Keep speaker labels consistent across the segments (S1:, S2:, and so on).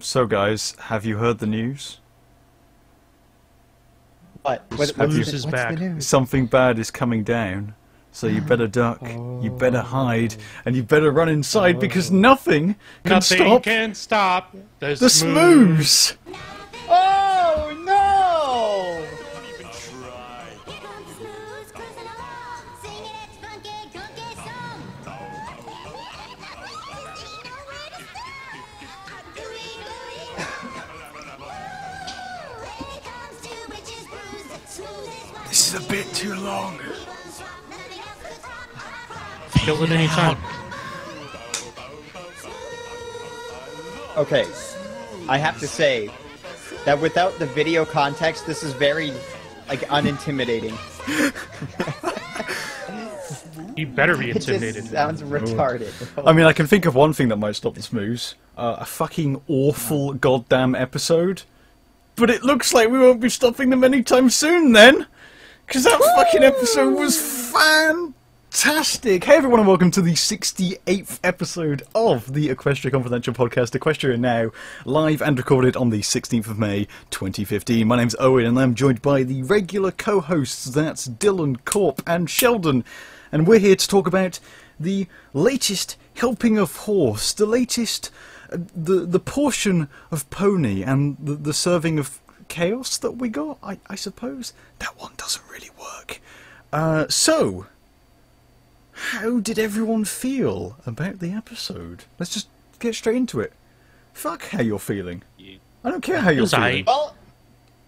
S1: So, guys, have you heard the news?
S2: What?
S1: Have
S2: what's
S1: you-
S2: the-
S3: Zeus is
S2: what's
S3: back.
S2: The news?
S1: Something bad is coming down, so you better duck, you better hide, and you better run inside because nothing can
S3: Oh. Nothing
S1: stop
S3: can stop the,
S1: the smooze.
S2: Oh no!
S4: Here comes Smooth cruising along, singing its funky, gunky song. Just ain't nowhere to stop. A gooey, gooey. Ooh, here comes two witches bruised. Smooth is one.
S1: This is a bit too long.
S4: We won't swap, nothing else could stop our crop.
S3: Kill it any time.
S2: Okay, I have to say that without the video context, this is very like unintimidating.
S3: You better be
S2: It just
S3: intimidated.
S2: sounds retarded.
S1: I mean, I can think of one thing that might stop the smooze: uh, a fucking awful goddamn episode. But it looks like we won't be stopping them anytime soon, then, because that fucking episode was fantastic. Hey, everyone, and welcome to the 68th episode of the Equestria Confidential podcast, Equestria Now, live and recorded on the 16th of May, 2015. My name's Owen, and I'm joined by the regular co-hosts. That's Dylan, Corp, and Sheldon, and we're here to talk about the latest helping of horse, the latest, uh, the the portion of pony, and the, the serving of chaos that we got. I, I suppose that one doesn't really work. Uh, so, how did everyone feel about the episode? Let's just get straight into it. Fuck how you're feeling. I don't care how you're
S3: was
S1: feeling.
S3: aight.
S2: Well,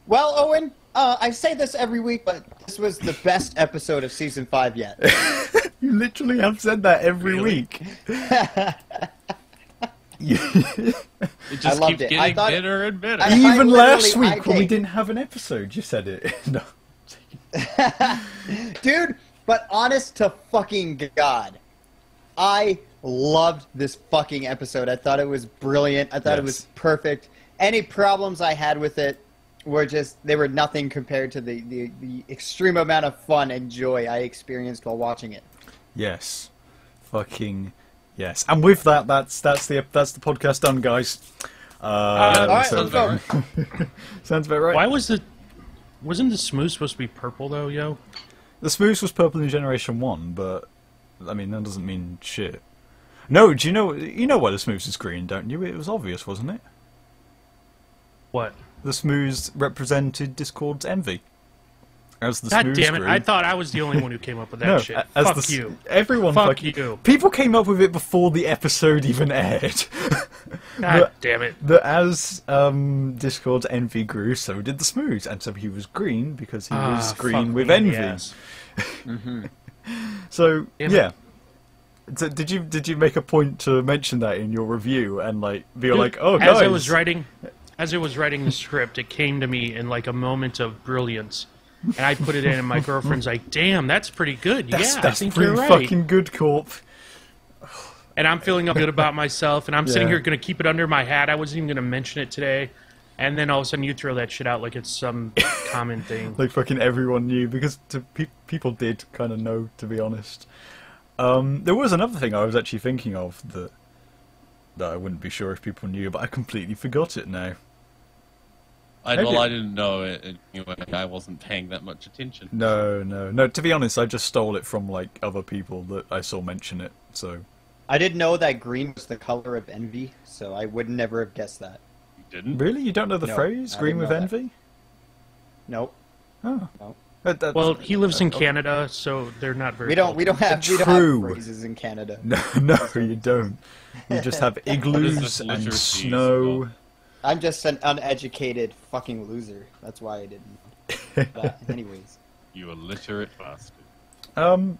S2: well, Owen. Uh, I say this every week, but this was the best episode of season five yet.
S1: You literally have said that every
S5: Really?
S1: week. You-
S5: It
S2: I
S5: just
S2: loved
S5: keeps
S2: it. I
S5: getting
S2: thought-
S5: better and better.
S2: I-
S1: Even
S2: literally-
S1: last
S2: I
S1: week when we
S2: think-
S1: didn't have an episode, you said it. no.
S2: Dude, but honest to fucking God, I loved this fucking episode. I thought it was brilliant. I thought it
S1: Yes.
S2: was perfect. Any problems I had with it were just they were nothing compared to the, the, the extreme amount of fun and joy I experienced while watching it.
S1: Yes. Fucking yes. And with that, that's that's the that's the podcast done, guys. Uh,
S3: all
S2: right,
S1: sounds,
S2: let's go.
S1: about right. sounds about right.
S3: Why was the wasn't the smooth supposed to be purple though, yo?
S1: The Smooths was purple in Generation One, but I mean that doesn't mean shit. No, do you know you know why the Smooths is green, don't you? It was obvious, wasn't it?
S3: What?
S1: The Smooths represented Discord's envy. As the
S3: God
S1: Smooths
S3: damn it!
S1: grew-
S3: I thought I was the only one who came up with that
S1: No,
S3: shit.
S1: a- as
S3: Fuck
S1: the s-
S3: you.
S1: Everyone
S3: Fuck
S1: fucking-
S3: you.
S1: People came up with it before the episode even aired.
S3: God
S1: But-
S3: damn it!
S1: that as um, Discord's envy grew, so did the Smooths, and so he was green because he was
S3: Ah,
S1: green
S3: fuck
S1: with
S3: me in
S1: envy.
S3: the ass.
S1: So
S3: Damn it.
S1: yeah. So did you did you make a point to mention that in your review and like be
S3: Dude,
S1: like, oh guys,
S3: as I was writing, as I was writing the script, it came to me in like a moment of brilliance, and I put it in, and my girlfriend's like, "Damn, that's pretty good.
S1: that's,
S3: yeah, I
S1: that's
S3: think
S1: pretty
S3: you're right."
S1: fucking good, Corp.
S3: And I'm feeling good about myself, and I'm sitting
S1: Yeah.
S3: here going to keep it under my hat. I wasn't even going to mention it today, and then all of a sudden you throw that shit out like it's some common thing.
S1: Like fucking everyone knew because to pe- people did kind of know, to be honest. Um, there was another thing I was actually thinking of that that I wouldn't be sure if people knew, but I completely forgot it now.
S5: I,
S1: Have you?
S5: well, I didn't know it anyway. I wasn't paying that much attention.
S1: No, no, no. To be honest, I just stole it from like other people that I saw mention it. So
S2: I didn't know that green was the color of envy, so I would never have guessed that.
S5: You didn't.
S1: really, you don't know the
S2: No,
S1: phrase
S2: I
S1: "green
S2: didn't
S1: with
S2: know that.
S1: envy"?
S2: Nope.
S1: Oh,
S2: Nope.
S1: That- that's-
S3: Well, he lives
S1: uh,
S3: in Canada, so they're not very.
S2: We don't we don't have we don't
S1: True.
S2: have phrases in Canada.
S1: no, no, you don't. You just have igloos
S5: this
S1: and
S5: literacy
S1: snow.
S2: I'm just an uneducated fucking loser. That's why I didn't. know. But anyways,
S5: You illiterate bastard.
S1: Um,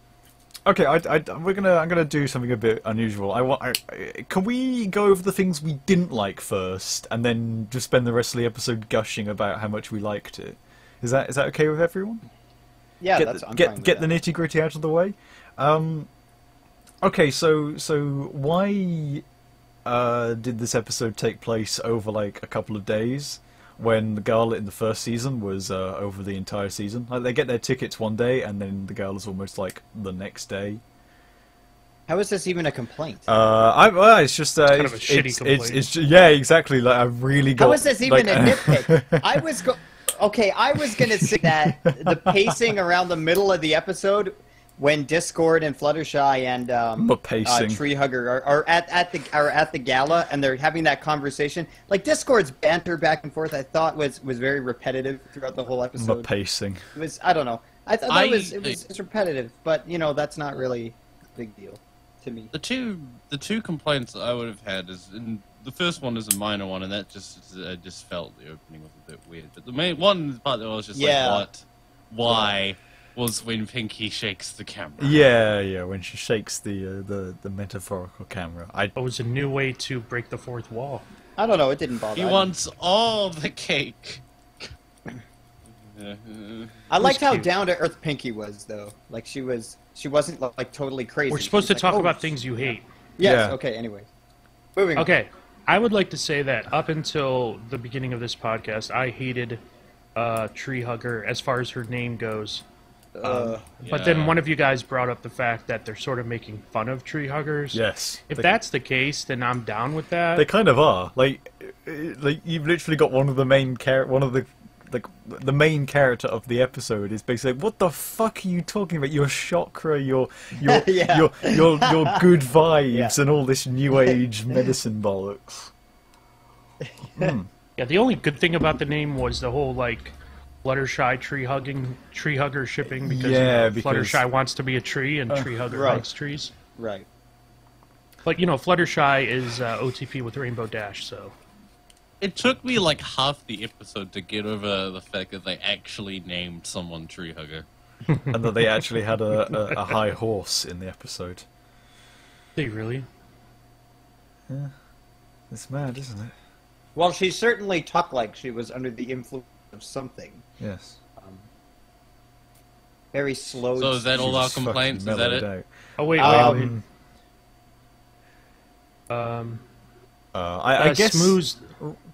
S1: okay, I, I, we're gonna I'm gonna do something a bit unusual. I want. I, I- can we go over the things we didn't like first, and then just spend the rest of the episode gushing about how much we liked it? Is that is that okay with everyone?
S2: yeah,
S1: get
S2: that's
S1: the,
S2: I'm fine
S1: get,
S2: with
S1: get the
S2: that.
S1: nitty gritty out of the way. Um, okay, so so why uh, did this episode take place over like a couple of days when the gala in the first season was uh, over the entire season? Like they get their tickets one day and then the gala's almost like the next day.
S2: How is this even a complaint?
S1: Uh, I, well, it's just uh,
S3: kind of
S1: it's-
S3: a shitty
S1: it's,
S3: complaint.
S1: It's, it's, yeah, exactly. Like I really got.
S2: How is this even
S1: like, uh,
S2: a nitpick? I was go- okay. I was gonna say that the pacing around the middle of the episode, when Discord and Fluttershy and um,
S1: But pacing.
S2: uh, Tree Hugger are, are at, at the are at the gala and they're having that conversation, like Discord's banter back and forth, I thought was was very repetitive throughout the whole
S1: the
S2: episode.
S1: pacing.
S2: It was I don't know. I thought
S5: I-
S2: that was it was it's repetitive, but you know that's not really a big deal to me.
S5: The two the two complaints that I would have had is and the first one is a minor one, and that just is- I just felt the opening was a bit weird. But the main one part that I was just
S2: Yeah.
S5: like, what, why, was when Pinky shakes the camera.
S1: Yeah, yeah. When she shakes the uh, the the metaphorical camera, I
S3: It was Oh, a new way to break the fourth wall.
S2: I don't know. It didn't bother.
S5: He
S2: me.
S5: wants all the cake.
S2: I liked how
S3: cute.
S2: down to earth Pinky was, though. Like she was, she wasn't like, like totally crazy.
S3: We're supposed
S2: She
S3: to
S2: was
S3: talk
S2: like, oh,
S3: about things you hate.
S2: Yes.
S1: Yeah.
S2: Okay. Anyway, moving. On.
S3: Okay, I would like to say that up until the beginning of this podcast, I hated uh, Tree Hugger as far as her name goes. Um,
S2: Uh,
S3: But then
S5: Yeah.
S3: one of you guys brought up the fact that they're sort of making fun of Tree Huggers.
S1: yes.
S3: If
S1: They-
S3: that's the case, then I'm down with that.
S1: They kind of are. Like, uh, like you've literally got one of the main char- one of the like the main character of the episode is basically like, what the fuck are you talking about? Your chakra, your your
S2: Yeah.
S1: your, your your good vibes,
S2: Yeah.
S1: and all this new age medicine bollocks.
S3: yeah, the only good thing about the name was the whole like Fluttershy tree hugging tree hugger shipping because, you
S1: Yeah,
S3: know,
S1: because- Uh,
S3: Fluttershy wants to be a tree and Tree Hugger
S2: right.
S3: likes trees.
S2: right.
S3: But you know, Fluttershy is uh, OTP with Rainbow Dash, so
S5: It took me like half the episode to get over the fact that they actually named someone Tree Hugger.
S1: and that they actually had a, a, a high horse in the episode.
S3: they really.
S1: It's mad, isn't it?
S2: Well, she certainly talked like she was under the influence of something.
S1: Yes.
S2: Very slow.
S5: So is that all our
S1: Jesus fucking
S5: complaints? Is that
S1: mellowed
S5: it?
S3: Oh wait, wait, wait.
S2: Um,
S1: out. Uh, I, I
S3: Uh,
S1: guess.
S3: Smooze-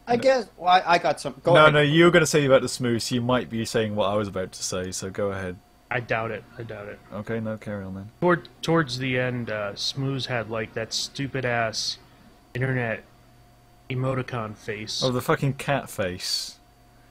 S2: I guess. Well, I, I got some. Go
S1: no,
S2: ahead.
S1: no, you were going to say about the smooth. So you might be saying what I was about to say. So go ahead.
S3: I doubt it. I doubt it.
S1: Okay, no, carry on then.
S3: Toward, towards the end, uh, Smooze had like that stupid ass internet emoticon face.
S1: Oh, the fucking cat face.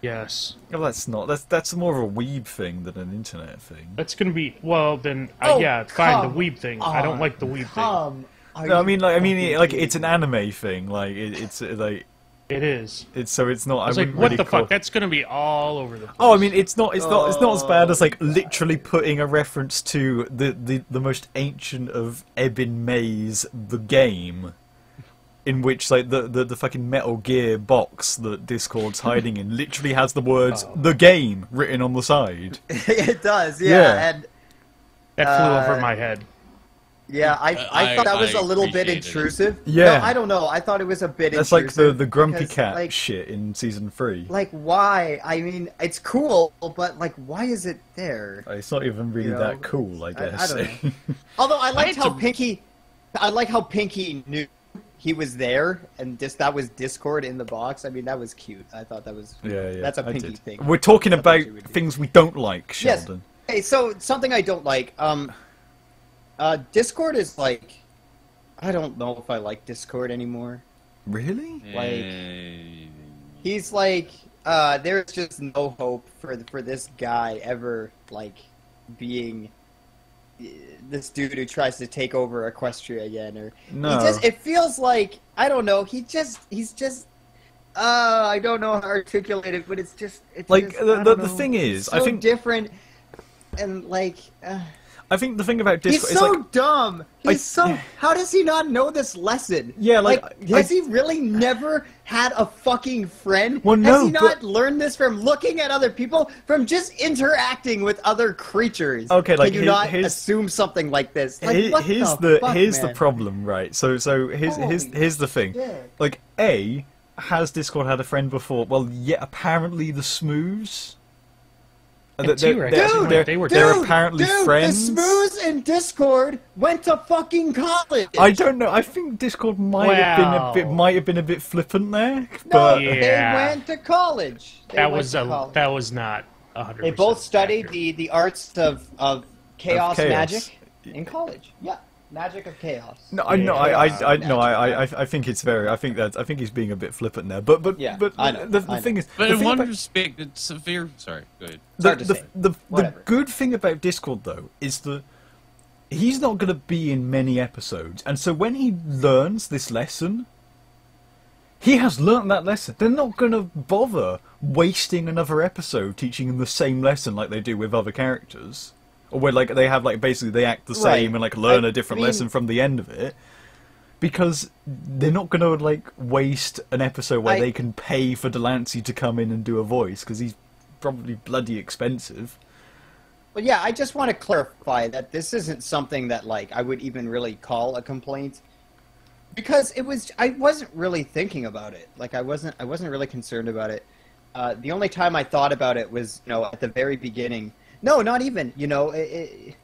S3: yes,
S1: Oh, that's not. That's that's more of a weeb thing than an internet thing.
S3: that's gonna be well. Then uh,
S2: Oh,
S3: yeah, fine.
S2: come
S3: The weeb thing. I don't
S2: on,
S3: like the weeb
S2: Come. are
S1: No, I
S2: you
S1: mean, like, I mean,
S2: fucking
S1: it, like,
S2: kidding
S1: it's an
S2: me?
S1: anime thing. Like, it, it's uh, like,
S3: thing. It is.
S1: it's so it's not. I,
S3: I was like,
S1: wouldn't
S3: what
S1: really
S3: the
S1: call-
S3: fuck? That's gonna be all over the. Place.
S1: Oh, I mean, it's not, it's not, it's not as bad as like literally putting a reference to the the, the most ancient of Ebon Mays, the game, in which like the, the the fucking Metal Gear box that Discord's hiding in literally has the words "the game" written on the side.
S2: it does. Yeah.
S1: Yeah.
S2: And
S3: that flew
S2: uh,
S3: over my head.
S2: yeah, I, I,
S5: I-
S2: thought that was
S5: I
S2: a little bit
S5: appreciated it.
S2: intrusive.
S1: Yeah.
S2: No, I don't know. I thought it was a bit.
S1: That's like the
S2: intrusive
S1: the grumpy
S2: because,
S1: cat
S2: like,
S1: shit in season three.
S2: like why i mean it's cool but like why is it there
S1: it's not even really
S2: you know,
S1: that cool, I
S2: I- I
S1: guess.
S2: don't know. although i liked how pinky i like how pinky knew he was there and just that was discord in the box i mean that was cute i thought that was
S1: yeah, yeah.
S2: that's a
S1: I
S2: pinky
S1: did.
S2: thing
S1: We're talking
S2: I thought
S1: about
S2: you would do.
S1: things we don't like,
S2: yes
S1: Sheldon.
S2: hey so something i don't like um uh discord is like i don't know if i like discord anymore
S1: Really?
S5: Like,
S2: he's like uh there's just no hope for for this guy ever like being uh, this dude who tries to take over Equestria again or
S1: No.
S2: he just it feels like I don't know he just he's just uh I don't know how to articulate it but it's just it's
S1: Like,
S2: just,
S1: the-
S2: I
S1: the-
S2: don't
S1: the
S2: know.
S1: thing is,
S2: so
S1: I think-
S2: different and like uh,
S1: I think the thing about Discord
S2: he's
S1: is
S2: so
S1: like
S2: dumb he's
S1: I-
S2: so how does he not know this lesson
S1: Yeah, like, yeah.
S2: has he really never had a fucking friend?
S1: Well,
S2: Has
S1: no,
S2: he
S1: but-
S2: not learned this from looking at other people, from just interacting with other creatures?
S1: Okay, like,
S2: Can you
S1: here-
S2: not
S1: here's-
S2: assume something like this? Like,
S1: Here-
S2: what
S1: here's
S2: the,
S1: the,
S2: fuck,
S1: here's the
S2: man?
S1: problem, right? So so here's here's
S2: Holy
S1: here's the thing.
S2: shit.
S1: Like a has Discord had a friend before? Well, yeah, apparently the Smooths. Uh,
S3: And T-Rex,
S2: Dude,
S3: they were-
S1: they're
S2: Dude,
S1: apparently
S2: dude,
S1: friends.
S2: The Smooze and Discord went to fucking college.
S1: I don't know. I think Discord might have been a
S3: Wow.
S1: bit might have been a bit flippant there,
S2: no,
S1: but
S3: Yeah.
S2: they went to college. They
S3: That
S2: went
S3: was
S2: to
S3: a,
S2: college.
S3: that was not. 100
S2: They both studied the, the arts of, of chaos
S1: chaos.
S2: magic in college. Yeah. Magic of chaos.
S1: No, I no, I, I, I no, I, I, I- I think it's very. I think that I think he's being a bit flippant there. But, but,
S2: Yeah,
S1: but
S2: I know,
S1: the,
S2: I
S1: the
S2: know.
S1: thing is,
S5: But
S1: the
S5: in
S1: thing
S5: one
S1: about-
S5: respect, it's a very sorry. Go ahead.
S2: It's
S1: the,
S2: hard to
S1: the,
S2: say.
S1: the, the
S2: Whatever.
S1: good thing about Discord though is that he's not going to be in many episodes, and so when he learns this lesson, he has learned that lesson. They're not going to bother wasting another episode teaching him the same lesson like they do with other characters, or where like they have like basically they act the
S2: Right.
S1: same and like learn
S2: I
S1: a different
S2: mean-
S1: lesson from the end of it. Because they're not going to like waste an episode where
S2: I-
S1: they can pay for Delancey to come in and do a voice because he's probably bloody expensive.
S2: But yeah, I just want to clarify that this isn't something that like I would even really call a complaint because it was I wasn't really thinking about it. Like I wasn't I wasn't really concerned about it. Uh, the only time I thought about it was you know at the very beginning. No, not even. You know, it, it,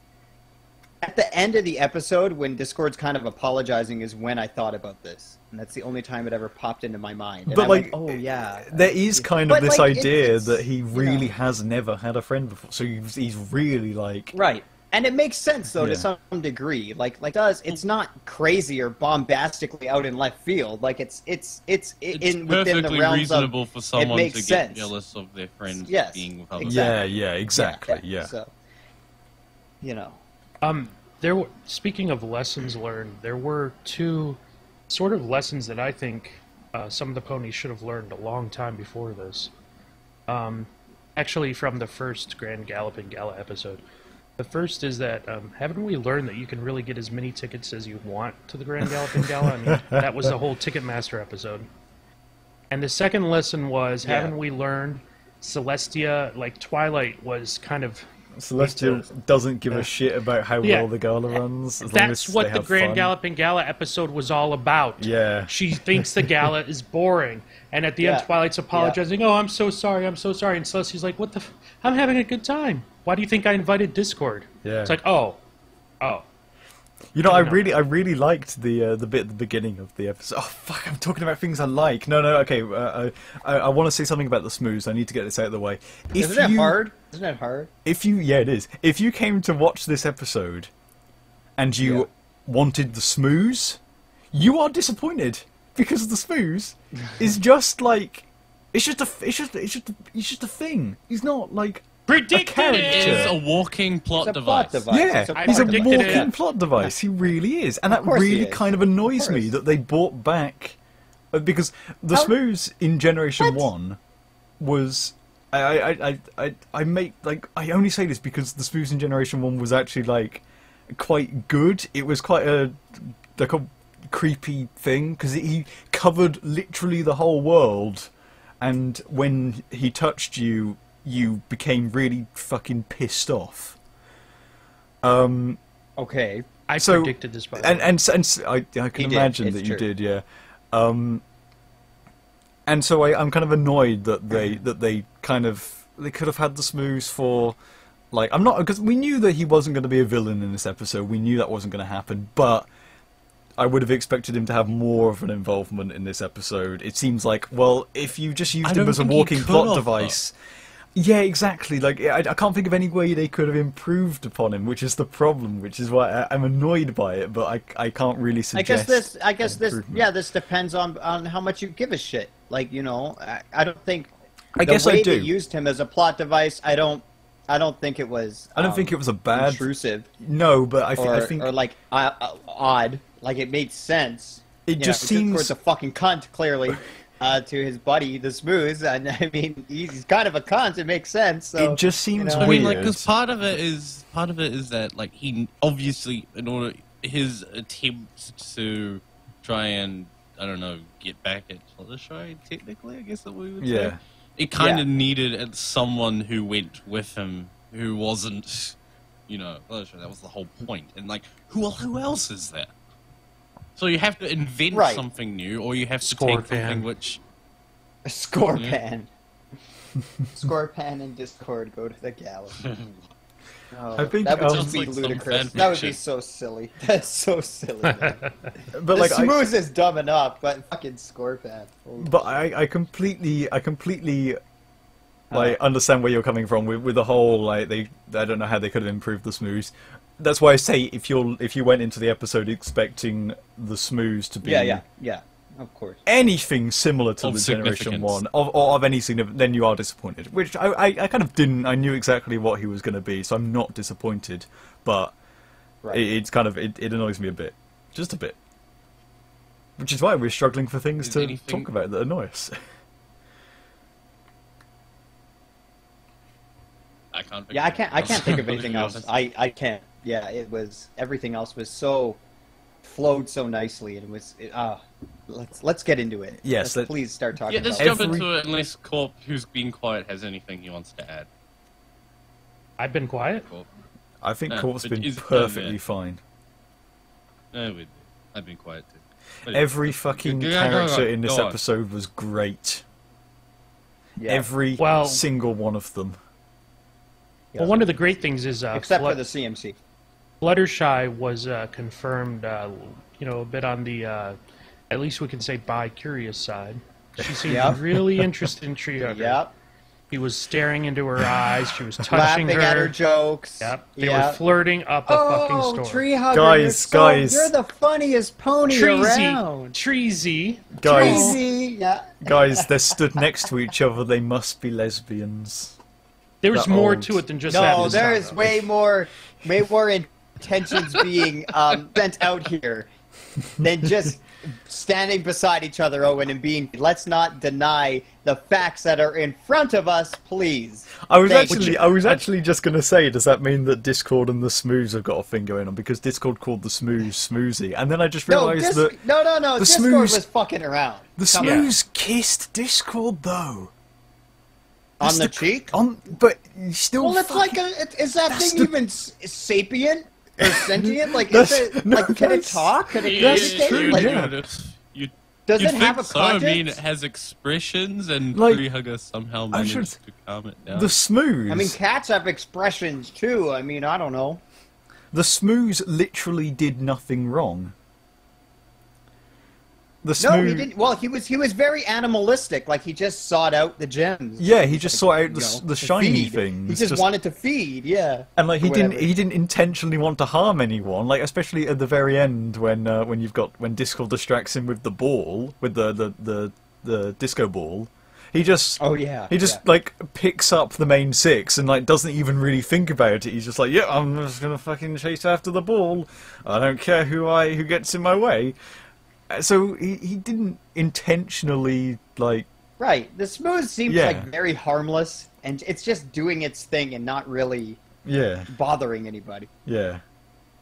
S2: at the end of the episode when Discord's kind of apologizing is when I thought about this, and that's the only time it ever popped into my mind. And
S1: But,
S2: I went,
S1: like,
S2: oh yeah,
S1: There is kind of
S2: But,
S1: this
S2: like, it-
S1: idea
S2: it's-
S1: that he
S2: you know.
S1: really has never had a friend before, so he's, he's really like
S2: Right. And it makes sense though
S1: Yeah.
S2: to some degree. Like like does it's not crazy or bombastically out in left field. Like it's it's it's, i-
S5: It's
S2: in within the
S5: perfectly
S2: realms
S5: reasonable
S2: of
S5: for someone to
S2: makes
S5: get
S2: sense.
S5: jealous of their friends
S2: Yes,
S5: being with other
S2: exactly.
S1: yeah, yeah,
S2: So you know.
S3: Um, there. Were, speaking of lessons learned, there were two sort of lessons that I think uh, some of the ponies should have learned a long time before this. Um, actually, from the first Grand Gallop and Gala episode. The first is that um, haven't we learned that you can really get as many tickets as you want to the Grand Gallop and Gala? I mean, that was the whole Ticketmaster episode. And the second lesson was
S2: Yeah.
S3: haven't we learned Celestia, like Twilight, was kind of
S1: Celestial
S3: It's, uh,
S1: doesn't give a shit about how
S3: Yeah.
S1: well the gala runs. As long
S3: That's
S1: as they
S3: what the
S1: have
S3: Grand
S1: fun.
S3: Galloping Gala episode was all about.
S1: Yeah.
S3: She thinks the gala is boring. And at the
S2: Yeah.
S3: end, Twilight's apologizing, oh, I'm so sorry, I'm so sorry. And Celestia's like, what the? F- I'm having a good time. Why do you think I invited Discord?
S1: Yeah.
S3: It's like, oh, oh.
S1: You know, I
S3: I don't know.
S1: really, I really liked the uh, the bit at the beginning of the episode. Oh fuck, I'm talking about things I like. No, no, okay. Uh, I, I, I want to say something about the smooths. I need to get this out of the way. If
S2: Isn't that
S1: you-
S2: hard? Isn't that hard?
S1: If you, yeah, it is. If you came to watch this episode, and you
S2: Yeah.
S1: wanted the smooths, you are disappointed because the smooths is just like it's just a, it's just, it's just, it's just a thing. He's not like
S3: Predicted
S1: character.
S5: It is
S3: it!
S5: a walking plot
S2: It's a
S5: device.
S2: plot device.
S1: Yeah,
S2: It's a
S1: he's a
S2: plot device.
S1: walking
S3: Yeah.
S1: plot device. He really is, and that
S2: course he
S1: really
S2: is.
S1: kind of annoys me
S2: course.
S1: that they bought back uh, because the
S2: How-
S1: Smooths in Generation
S2: What?
S1: One was. I, I, I- I, I, I make like I only say this because the Smooths in Generation One was actually like quite good. It was quite a like a creepy thing because he covered literally the whole world, and when he touched you, you became really fucking pissed off.
S2: Okay.
S3: I
S1: So-
S3: predicted this, by the
S1: and
S3: way.
S1: and, s- and s- I, I
S2: He
S1: can
S2: did,
S1: imagine
S2: it's
S1: that you
S2: true.
S1: did, yeah. Um, and so I, I'm kind of annoyed that they
S3: Mm.
S1: that they kind of they could have had the smooths for like I'm not because we knew that he wasn't going to be a villain in this episode. We knew that wasn't going to happen, but I would have expected him to have more of an involvement in this episode. It seems like well, if you just used him
S5: don't
S1: as a
S5: think he
S1: walking
S5: could
S1: plot
S5: have,
S1: device. Yeah, exactly. Like I, I can't think of any way they could have improved upon him, which is the problem. Which is why I, I'm annoyed by it, but I I can't really
S2: I
S1: suggest.
S2: guess this I guess this
S1: improvement.
S2: yeah, this depends on on how much you give a shit. Like, you know, I, I don't think
S1: I
S2: the
S1: guess I
S2: way
S1: do.
S2: they used him as a plot device, I don't I don't think it was
S1: I don't
S2: um,
S1: think it was a bad.
S2: intrusive.
S1: No, but I, thi-
S2: or,
S1: I think
S2: or like uh, uh, odd. Like it made sense.
S1: It just seems-
S2: Discord's a fucking cunt, clearly, uh, to his buddy the Smooth, and I mean he's he's kind of a cunt. It makes sense. So,
S1: It just seems
S5: I mean, like,
S1: Weird.
S5: because part of it is part of it is that like he obviously in order his attempts to try and I don't know get back at Fluttershy technically I guess that we would
S1: Yeah.
S5: say it kind
S2: Yeah.
S5: of needed at someone who went with him who wasn't you know Fluttershy that was the whole point and like who who else is there so you have to invent
S2: Right.
S5: something new or you have to
S3: Score
S5: take something
S3: fan.
S5: which Hmm?
S2: Scorepan. Scorepan and Discord go to the gala. Oh,
S1: I think,
S2: that would
S1: um,
S2: just be
S5: Sounds like some
S2: ludicrous.
S5: fan
S2: That would be
S5: fiction.
S2: so silly. That's so silly. man.
S1: but
S2: the
S1: like I-
S2: Smooth is dumb enough, but fucking Scorepan. Holy
S1: But I, I completely, I completely, like, understand where you're coming from with with the whole like they, I don't know how they could have improved the smooths, that's why I say if you're if you went into the episode expecting the Smooze to be
S2: Yeah, yeah, yeah. Of course.
S1: anything similar to
S5: Of
S1: the Generation
S5: significance.
S1: One of, or of any significant, then you are disappointed. Which I, I, I kind of didn't. I knew exactly what he was going to be, so I'm not disappointed. But
S2: Right.
S1: it, it's kind of it, it annoys me a bit, just a bit. Which is why we're struggling for things
S5: Is
S1: to
S5: anything-
S1: talk about that annoy us.
S5: I can't. think
S2: yeah, I
S5: of
S2: can't. I
S5: anything
S2: can't think of anything else. I I can't. Yeah, it was everything else was so flowed so nicely, and it was. It, uh, let's let's get into it.
S1: Yes,
S2: Let's
S1: let-
S2: please start talking.
S5: yeah, let's
S2: about
S5: jump
S1: Every-
S5: into it unless Corp, who's been quiet, has anything he wants to add.
S3: I've been quiet.
S5: Corp,
S1: I think
S5: Uh,
S1: Corp's
S5: but
S1: been
S5: is- um,
S1: perfectly
S5: yeah.
S1: fine.
S5: no, we, I've been quiet too. But yeah.
S1: Every fucking
S5: go- go- go-
S1: character in
S5: go
S1: this
S5: on.
S1: episode was great.
S2: it. Yeah.
S1: Every
S3: Well-
S1: single one of them.
S2: Yeah.
S3: Well, one of the great things is uh,
S2: except for
S3: Flut-
S2: the CMC.
S3: Fluttershy was uh, confirmed. Uh, you know, a bit on the uh, at least we can say bi curious side. She seemed
S2: Yeah.
S3: really interested in Tree
S2: Yep.
S3: He was staring into her eyes. She was touching
S2: Laughing
S3: her.
S2: at her jokes.
S3: Yep. They were
S2: Yeah.
S3: flirting up a fucking
S2: Oh,
S3: storm.
S2: tree hugger!
S1: Guys,
S2: you're so-
S1: guys.
S2: you're the funniest pony
S3: Treasy.
S2: around.
S3: Treasy.
S1: Guys,
S2: Treasy, yeah.
S1: guys, they're stood next to each other. They must be lesbians.
S3: There was
S1: The
S3: more
S1: old-
S3: to it than just that.
S2: No,
S3: this
S2: there
S3: time.
S2: is way more, way more intentions being um, sent out here than just standing beside each other, Owen and Bean. Let's not deny the facts that are in front of us, please.
S1: I was
S2: Thank
S1: actually,
S2: you.
S1: I was actually just gonna say, does that mean that Discord and the Smooze have got a thing going on because Discord called the Smooze Smoozy, and then I just
S2: No,
S1: realised
S2: dis-
S1: that
S2: no, no, no.
S1: the
S2: Discord
S1: smooze-
S2: was fucking around.
S1: the
S2: Come
S3: Yeah.
S1: Smooze kissed Discord though.
S2: on,
S1: That's
S2: the, cheek.
S1: on, but you still.
S2: well, it's like
S1: fucking-
S2: a, it, is that
S1: Oh, That's
S2: thing
S1: the-
S2: even s- sapient or sentient? Like, is
S1: That's-
S2: it,
S1: no,
S2: like can it
S1: that's-
S2: talk? Can it
S5: Yeah,
S1: That's
S5: it's
S2: communicate?
S5: true,
S2: Like,
S1: yeah.
S5: dude. You,
S2: Does
S5: you
S2: it have
S5: think
S2: a
S5: so? I mean,
S2: conscience?
S5: it has expressions, and
S1: Like,
S5: Tree Hugger somehow
S1: I
S5: managed
S1: should-
S5: to calm it down.
S1: the Smooze.
S2: I mean, cats have expressions too. I mean, I don't know.
S1: the Smooze literally did nothing wrong. The Smooze.
S2: No, he didn't. Well, he was he was very animalistic. Like he just sought out the gems.
S1: Yeah, he just sought out the,
S2: you
S1: s
S2: know,
S1: the
S2: to
S1: shiny
S2: feed.
S1: things.
S2: He just, wanted to feed. Yeah.
S1: And like he
S2: or
S1: didn't,
S2: whatever.
S1: he didn't intentionally want to harm anyone. Like especially at the very end when uh, when you've got when Discord distracts him with the ball, with the the the, the disco ball. He just
S2: Oh, yeah,
S1: he just
S2: yeah.
S1: like picks up the main six and like doesn't even really think about it. He's just like, yeah, I'm just gonna fucking chase after the ball. I don't care who I who gets in my way. Uh, So he he didn't intentionally like
S2: Right. The smooth seems
S1: Yeah.
S2: like very harmless, and it's just doing its thing and not really
S1: yeah
S2: bothering anybody,
S1: yeah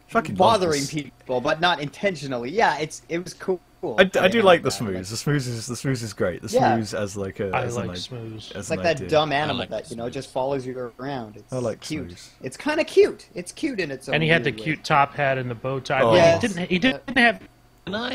S1: fucking love
S2: bothering
S1: this.
S2: people, but not intentionally. Yeah, it's it was cool.
S1: I, d- I
S2: Yeah,
S1: do like the
S2: that, like-
S1: smooth. The smooth is the smooth is great. The
S2: Yeah.
S1: smooth as like a
S3: I
S1: as an,
S3: like
S1: i-
S3: smooths.
S1: as
S2: It's like
S1: an
S2: that
S1: idea.
S2: dumb animal
S5: like
S2: that you know
S5: smooths.
S2: just follows you around. It's
S1: I like
S2: cute.
S1: smooths.
S2: It's kind of cute. It's cute in its own.
S3: And he had the
S2: weird way.
S3: cute top hat and the bow tie.
S1: Oh.
S3: but
S1: Yes.
S3: He didn't. He didn't have.
S5: Can I,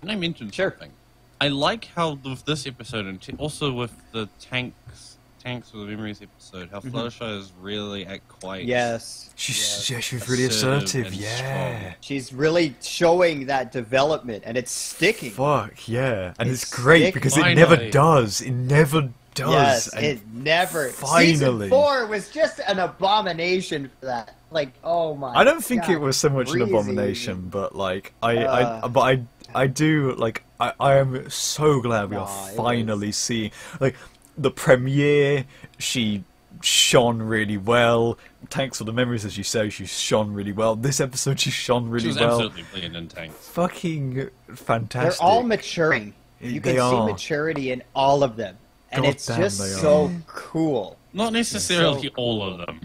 S5: can I mention
S2: Sure.
S5: something? I like how with this episode and t- also with the tanks, tanks with the memories episode, how
S1: Mm-hmm.
S5: Fluttershy is really at quite.
S2: Yes.
S1: She's
S2: yes.
S1: yeah, she's really assertive.
S5: Assertive and
S1: yeah.
S2: She's really showing that development, and it's sticking.
S1: Fuck yeah, and it's,
S2: It's
S1: great
S2: thick,
S1: because it never
S5: finally.
S1: does. It never does.
S2: yes,
S1: and
S2: it never.
S1: finally.
S2: Season four was just an abomination for that. Like, oh my.
S1: I don't think
S2: God.
S1: it was so much an
S2: Breezy.
S1: abomination, but like I, I
S2: Uh.
S1: but I I do like I, I am so glad we
S2: Nah,
S1: are
S2: it
S1: finally seeing like the premiere she shone really well. Thanks for the memories as you say, she shone really well. This episode she shone
S5: She
S1: really
S5: was
S1: well.
S5: absolutely brilliant in tanks.
S1: Fucking
S2: They're
S1: fantastic.
S2: all maturing.
S1: They
S2: You can
S1: are.
S2: see maturity in all of them, and
S1: God
S2: it's
S1: damn,
S2: just
S1: they are.
S2: so cool.
S5: Not necessarily
S2: So
S5: all of them.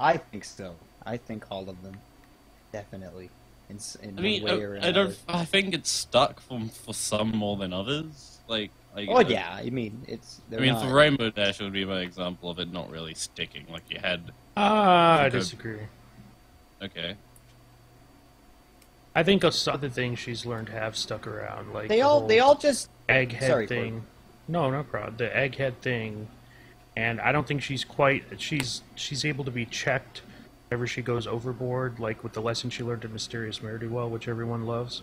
S2: I think so. I think all of them, definitely. In, s- in
S5: I mean,
S2: one way or
S5: I, I
S2: another.
S5: don't. I think it's stuck for for some more than others. Like, I,
S2: Oh yeah, I mean it's.
S5: I,
S2: they're
S5: mean,
S2: not-
S5: for Rainbow Dash would be my example of it not really sticking. Like you had,
S3: Ah, I
S5: Okay.
S3: disagree.
S5: okay,
S3: I think us other things she's learned have stuck around. Like
S2: they
S3: the
S2: all
S3: whole
S2: they all just
S3: egghead
S2: Sorry, Corey.
S3: thing. No, no problem. The egghead thing, and I don't think she's quite. She's she's able to be checked whenever she goes overboard, like with the lesson she learned in Mysterious Meridwell, which everyone loves.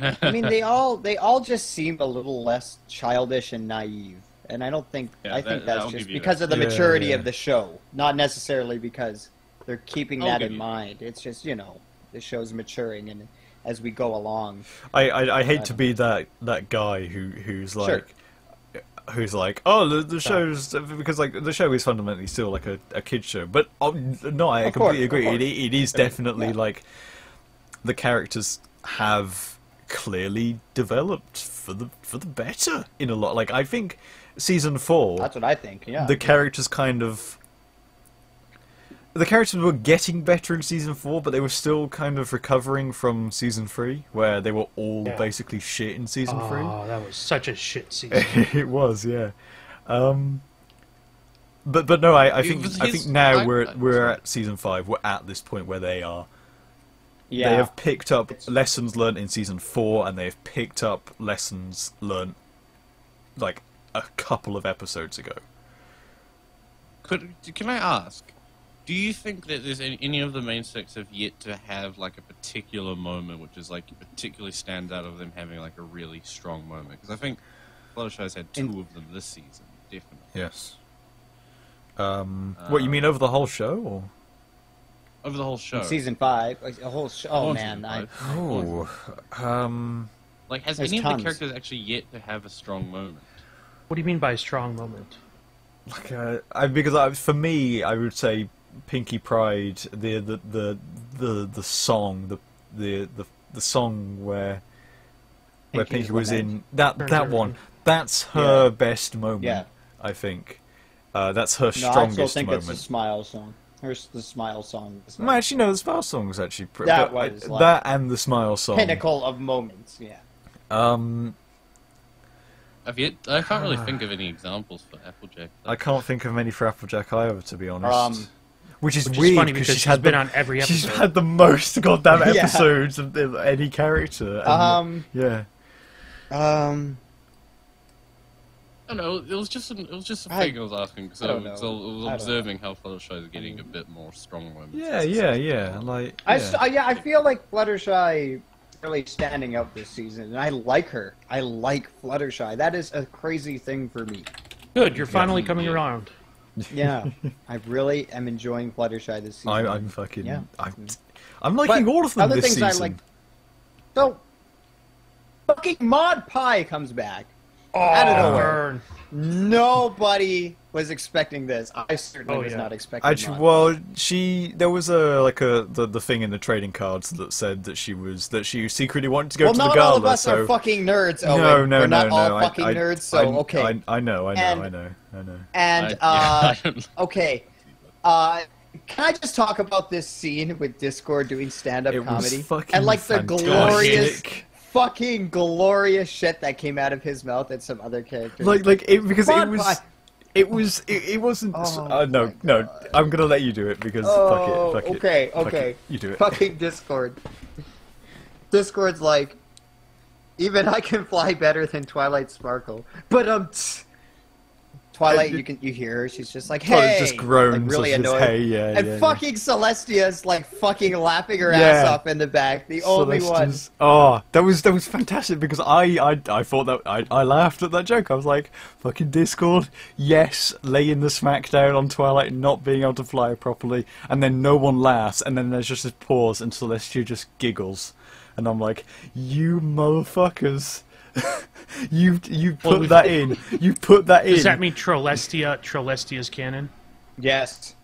S2: I mean, they all they all just seem a little less childish and naive, and I don't think
S5: Yeah,
S2: I think
S5: that-
S2: that's
S5: I'll
S2: just
S5: give you
S2: because
S5: that.
S2: of the
S1: Yeah,
S2: maturity
S1: yeah.
S2: of the show, not necessarily because they're keeping
S5: I'll
S2: that
S5: give
S2: in
S5: you that.
S2: mind. It's just you know the show's maturing and as we go along.
S1: I, I, I hate to be that that guy who who's like who's like oh the, the show's because like the show is fundamentally still like a, a kid show but oh, no I
S2: Of course,
S1: completely
S2: of
S1: agree
S2: course.
S1: it, it is definitely
S2: Yeah.
S1: like the characters have clearly developed for the for the better in a lot like I think season 4
S2: That's what I think. Yeah.
S1: the characters kind of the characters were getting better in season four, but they were still kind of recovering from season three, where they were all
S3: Yeah.
S1: basically shit in season
S3: Oh, that was such a shit season.
S1: three. it was, yeah. Um, but but no, I, I
S5: It
S1: think
S5: was
S1: I
S5: his-
S1: think now
S5: I-
S1: we're
S5: I-
S1: at, we're at season five. We're at this point where they are.
S2: yeah.
S1: They have picked up lessons learned in season four, and they've picked up lessons learned like a couple of episodes ago.
S5: Could can I ask? Do you think that there's any, any of the main six have yet to have like a particular moment which is like particularly stands out of them having like a really strong moment? Because I think Fluttershy's had two of them this season, definitely.
S1: Yes. Um, what you mean over the whole show? Or?
S5: Over the whole
S2: In
S5: show.
S2: season five, a a whole show. Oh
S5: Or
S2: man,
S5: Oh. season
S2: I,
S5: five. Or-
S1: um,
S5: like has
S2: There's
S5: any of
S2: tons.
S5: the characters actually yet to have a strong moment?
S3: What do you mean by a strong moment?
S1: like uh, I, because I, for me, I would say Pinky Pride, the the the the, the song, the the the the song where where
S2: Pinky's
S1: Pinky was in
S2: Lament.
S1: that
S3: Turns
S1: that one.
S3: everything.
S1: That's her
S2: Yeah.
S1: best moment.
S2: Yeah.
S1: I think. Uh, that's her
S2: no, I
S1: strongest
S2: still think
S1: moment.
S2: it's the smile song. Here's the smile song. is
S1: No, actually, no, the smile song is actually pretty.
S2: That was, like,
S1: that and the smile song.
S2: pinnacle of moments. Yeah.
S5: I've yet I can't really think of any examples for Applejack.
S1: I can't think of many for Applejack either, to be honest.
S2: Um,
S1: which is
S3: which is
S1: weird
S3: funny
S1: because
S3: because
S1: she's,
S3: she's
S1: had
S3: been
S1: the-
S3: on every
S1: She's
S3: episode.
S1: had the most goddamn
S2: Yeah.
S1: episodes of of any character. and-
S2: Um,
S1: yeah,
S2: Um.
S5: I don't know. It was just an, it was just a
S2: I-
S5: thing I, was asking because
S2: I
S5: I,
S2: don't
S5: was-
S2: know. I
S5: I
S2: don't
S5: was
S2: know.
S5: observing how Fluttershy is getting a bit more strong moments.
S1: yeah,
S5: as the
S1: yeah,
S5: season
S1: yeah.
S5: goes on.
S1: Like,
S2: I
S1: yeah.
S2: s- I, yeah, I feel like Fluttershy really standing up this season, and I like her. I like Fluttershy. That is a crazy thing for me.
S3: Good, you're finally coming
S5: Yeah.
S3: around.
S2: Yeah, I really am enjoying Fluttershy this season.
S1: I, I'm fucking.
S2: Yeah.
S1: I'm, I'm liking all of them
S2: other
S1: this
S2: things I
S1: season.
S2: like- so fucking Mod Pie comes back.
S3: Oh,
S2: Out of nowhere.
S3: burn.
S2: Nobody was expecting this. I certainly
S3: Oh,
S2: was
S3: yeah.
S2: not expecting.
S1: Actually,
S2: Mod
S1: well, she there was a like a the, the thing in the trading cards that said that she was that she secretly wanted to go
S2: well,
S1: to
S2: not
S1: the gala.
S2: all of us
S1: so
S2: are fucking nerds.
S1: no,
S2: Owen.
S1: no, no,
S2: We're not
S1: no.
S2: all
S1: I-
S2: fucking
S1: I-
S2: nerds. So
S1: I,
S2: okay.
S1: I, I know, I know,
S2: And-
S1: I know, I know.
S2: and
S5: I-
S2: uh,
S5: yeah, I don't-
S2: okay, uh, can I just talk about this scene with Discord doing stand-up
S1: It was
S2: comedy
S1: fucking
S2: and like the
S1: fantastic.
S2: glorious, fucking glorious shit that came out of his mouth at some other character?
S1: like like it because it
S2: Mod
S1: was
S2: Pie.
S1: it was it, it wasn't
S2: Oh
S1: uh, no
S2: my
S1: no i'm gonna let you do it because
S2: oh,
S1: fuck it fuck
S2: okay,
S1: it fuck
S2: okay,
S1: it, you do it
S2: Fucking Discord. Discord's like, even I can fly better than Twilight Sparkle, but um. tsk." Twilight,
S1: And-
S2: you can you hear her. She's just like,
S1: Twilight
S2: hey,
S1: just groans
S2: like, really
S1: as she's,
S2: annoyed.
S1: "Hey," yeah,
S2: and
S1: yeah, yeah.
S2: fucking Celestia's like fucking laughing her
S1: Yeah.
S2: ass off in the back. The only one.
S1: Celestia's- oh that was that was fantastic because i i, I thought that I, I laughed at that joke i was like fucking discord yes laying the smack down on twilight not being able to fly properly and then no one laughs and then there's just this pause and celestia just giggles and i'm like you motherfuckers you you put
S3: we-
S1: that in you put that in
S3: Does that mean Trolestia? Trolestia's canon?
S2: Yes.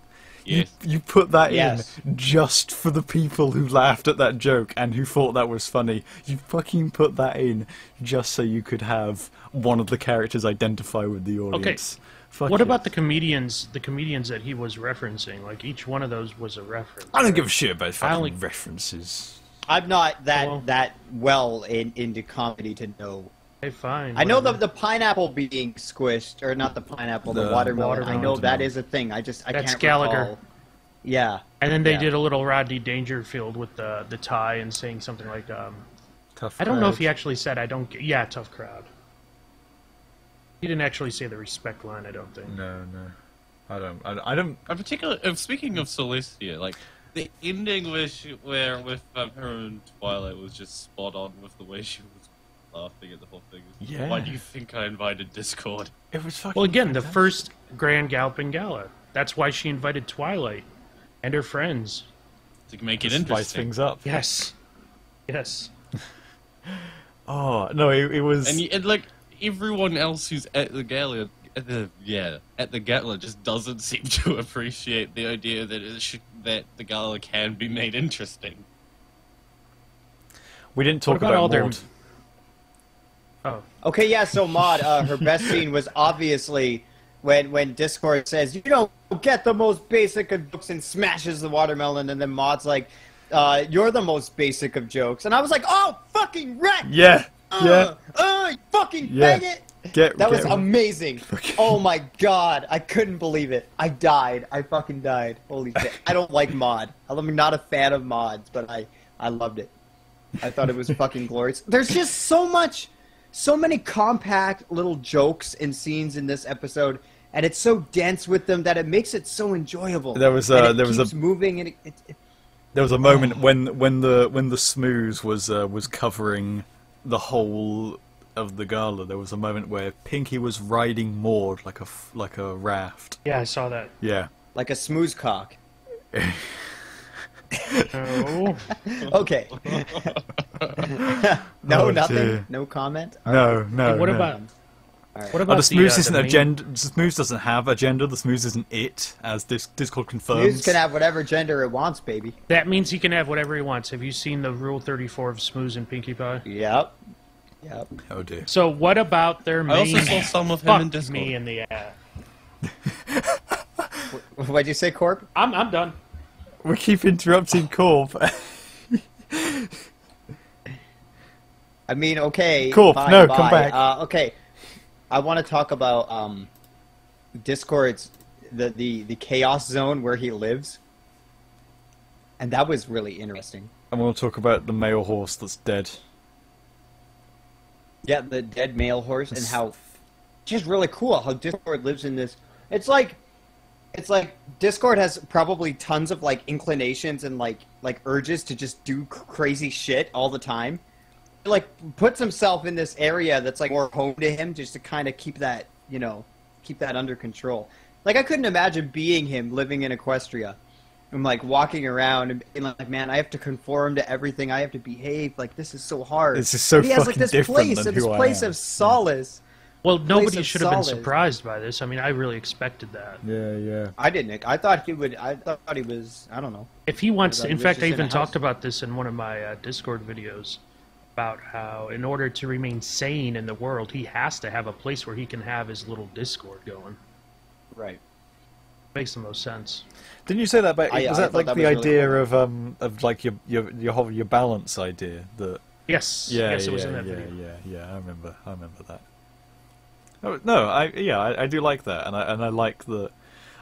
S5: yes.
S1: You put that
S2: Yes.
S1: in just for the people who laughed at that joke and who thought that was funny. You fucking put that in just so you could have one of the characters identify with the audience. Fuck
S3: What
S1: yeah.
S3: about the comedians? The comedians that he was referencing, like each one of those was a reference.
S1: I don't give a shit about fucking
S3: only-
S1: references.
S2: I'm not that
S3: Hello?
S2: that well in, into comedy to know.
S3: Okay, fine.
S2: I know the
S3: whatever.
S2: the pineapple being squished, or not the pineapple, the,
S1: The
S2: watermelon. I know
S1: watermelon.
S2: that is a thing. I just I
S3: That's
S2: can't
S3: Gallagher.
S2: recall. Yeah.
S3: And then they
S2: Yeah.
S3: did a little Rodney Dangerfield with the the tie and saying something like, um, I don't know if he actually said, "I don't." Get, yeah, tough crowd. He didn't actually say the respect line. I don't think.
S1: No, no. I don't. I, I don't.
S5: In particular, if speaking of Celestia, like the ending where she, where with um, her and Twilight was just spot on with the way she was laughing at the whole thing.
S1: Yeah.
S5: Why do you think I invited Discord?
S1: It was fucking.
S3: Well, again, the
S1: fantastic.
S3: first Grand Galpin Gala. That's why she invited Twilight. and her friends.
S5: to make it
S1: Spice
S5: interesting.
S1: things up.
S3: Yes, yes.
S1: Oh no, it, it was.
S5: And, you, and like everyone else who's at the gala, at the yeah, at the gala just doesn't seem to appreciate the idea that it should, that the gala can be made interesting.
S1: we didn't talk
S3: What about all their-
S1: Maud.
S3: Oh,
S2: Okay, yeah. So Maud, uh, her best scene was obviously when when Discord says, "You don't get the most basic of jokes," and smashes the watermelon, and then Maud's like, uh, "You're the most basic of jokes," and I was like, "Oh, fucking wreck!
S1: Yeah,
S3: Ah.
S2: uh, uh, you fucking
S1: Yeah.
S2: faggot!"
S1: yeah. Get get
S2: That was amazing. Oh my god, I couldn't believe it. I died. I fucking died. Holy shit. I don't like mod. I'm not a fan of mods, but I I loved it. I thought it was fucking glorious. There's just so much so many compact little jokes and scenes in this episode and it's so dense with them that it makes it so enjoyable.
S1: There was,
S2: And
S1: uh,
S2: it
S1: there was a-
S2: keeps moving and it, it, it
S1: There was a moment when when the when the smooze was uh, was covering the whole of the gala. There was a moment where Pinky was riding Maud like a f- like a raft.
S3: yeah, I saw that.
S1: Yeah,
S2: like a smooze cock.
S3: No,
S2: Okay. no,
S1: Oh,
S2: nothing.
S1: dear.
S2: No comment.
S1: no, no.
S3: what
S1: no.
S3: about
S2: All right.
S3: what
S1: Oh,
S3: about
S1: the smooze
S3: uh,
S1: isn't
S3: the main-
S1: agenda. The smooze doesn't have agenda. The smooze isn't it, as Dis- Discord
S2: News
S1: confirms.
S2: can have whatever gender it wants, baby.
S3: That means he can have whatever he wants. Have you seen the Rule 34 of Smooze and Pinkie Pie?
S2: Yep. Yep.
S1: oh dear.
S3: So what about their
S5: I
S3: main?
S5: also saw some of him in
S3: Fuck
S5: Discord.
S3: me in the ass.
S2: What'd you say, Corp?
S3: I'm I'm done.
S1: We keep interrupting Corp.
S2: I mean, okay.
S1: Corp,
S2: fine,
S1: no, come
S2: bye.
S1: back.
S2: Uh, okay. I want to talk about um, Discord's the, the the chaos zone where he lives, and that was really interesting.
S1: I want to talk about the male horse that's dead.
S2: Yeah, the dead male horse and how just really cool how Discord lives in this. It's like it's like Discord has probably tons of like inclinations and like like urges to just do c- crazy shit all the time. It, like puts himself in this area that's like more home to him just to kind of keep that, you know, keep that under control. Like I couldn't imagine being him living in Equestria. I'm like walking around and being like, man, I have to conform to everything. I have to behave. Like this is so hard.
S1: This is so
S2: But he has like
S1: fucking
S2: this
S1: different
S2: place,
S1: than
S2: and this
S1: who I
S2: place
S1: am.
S2: of solace.
S3: Well, nobody
S2: of
S3: should have been
S2: solace.
S3: surprised by this. I mean, I really expected that.
S1: Yeah, yeah.
S2: I didn't. I thought he would. I thought he was. I don't know.
S3: If he wants,
S2: Because I
S3: in
S2: was
S3: fact,
S2: just
S3: I
S2: in a
S3: even
S2: house.
S3: talked about this in one of my uh, Discord videos about how, in order to remain sane in the world, he has to have a place where he can have his little Discord going.
S2: Right.
S3: Makes the most sense.
S1: Didn't you say that about?
S2: I-
S1: was
S2: I
S1: that
S2: thought
S1: like
S2: that
S1: the
S2: was really
S1: idea
S2: cool.
S1: of um of like your your your whole your balance idea that
S3: Yes.
S1: yeah
S3: yes, it
S1: yeah
S3: was in that
S1: yeah,
S3: video.
S1: yeah yeah I remember I remember that. Oh, no, I yeah I, I do like that and I and I like the.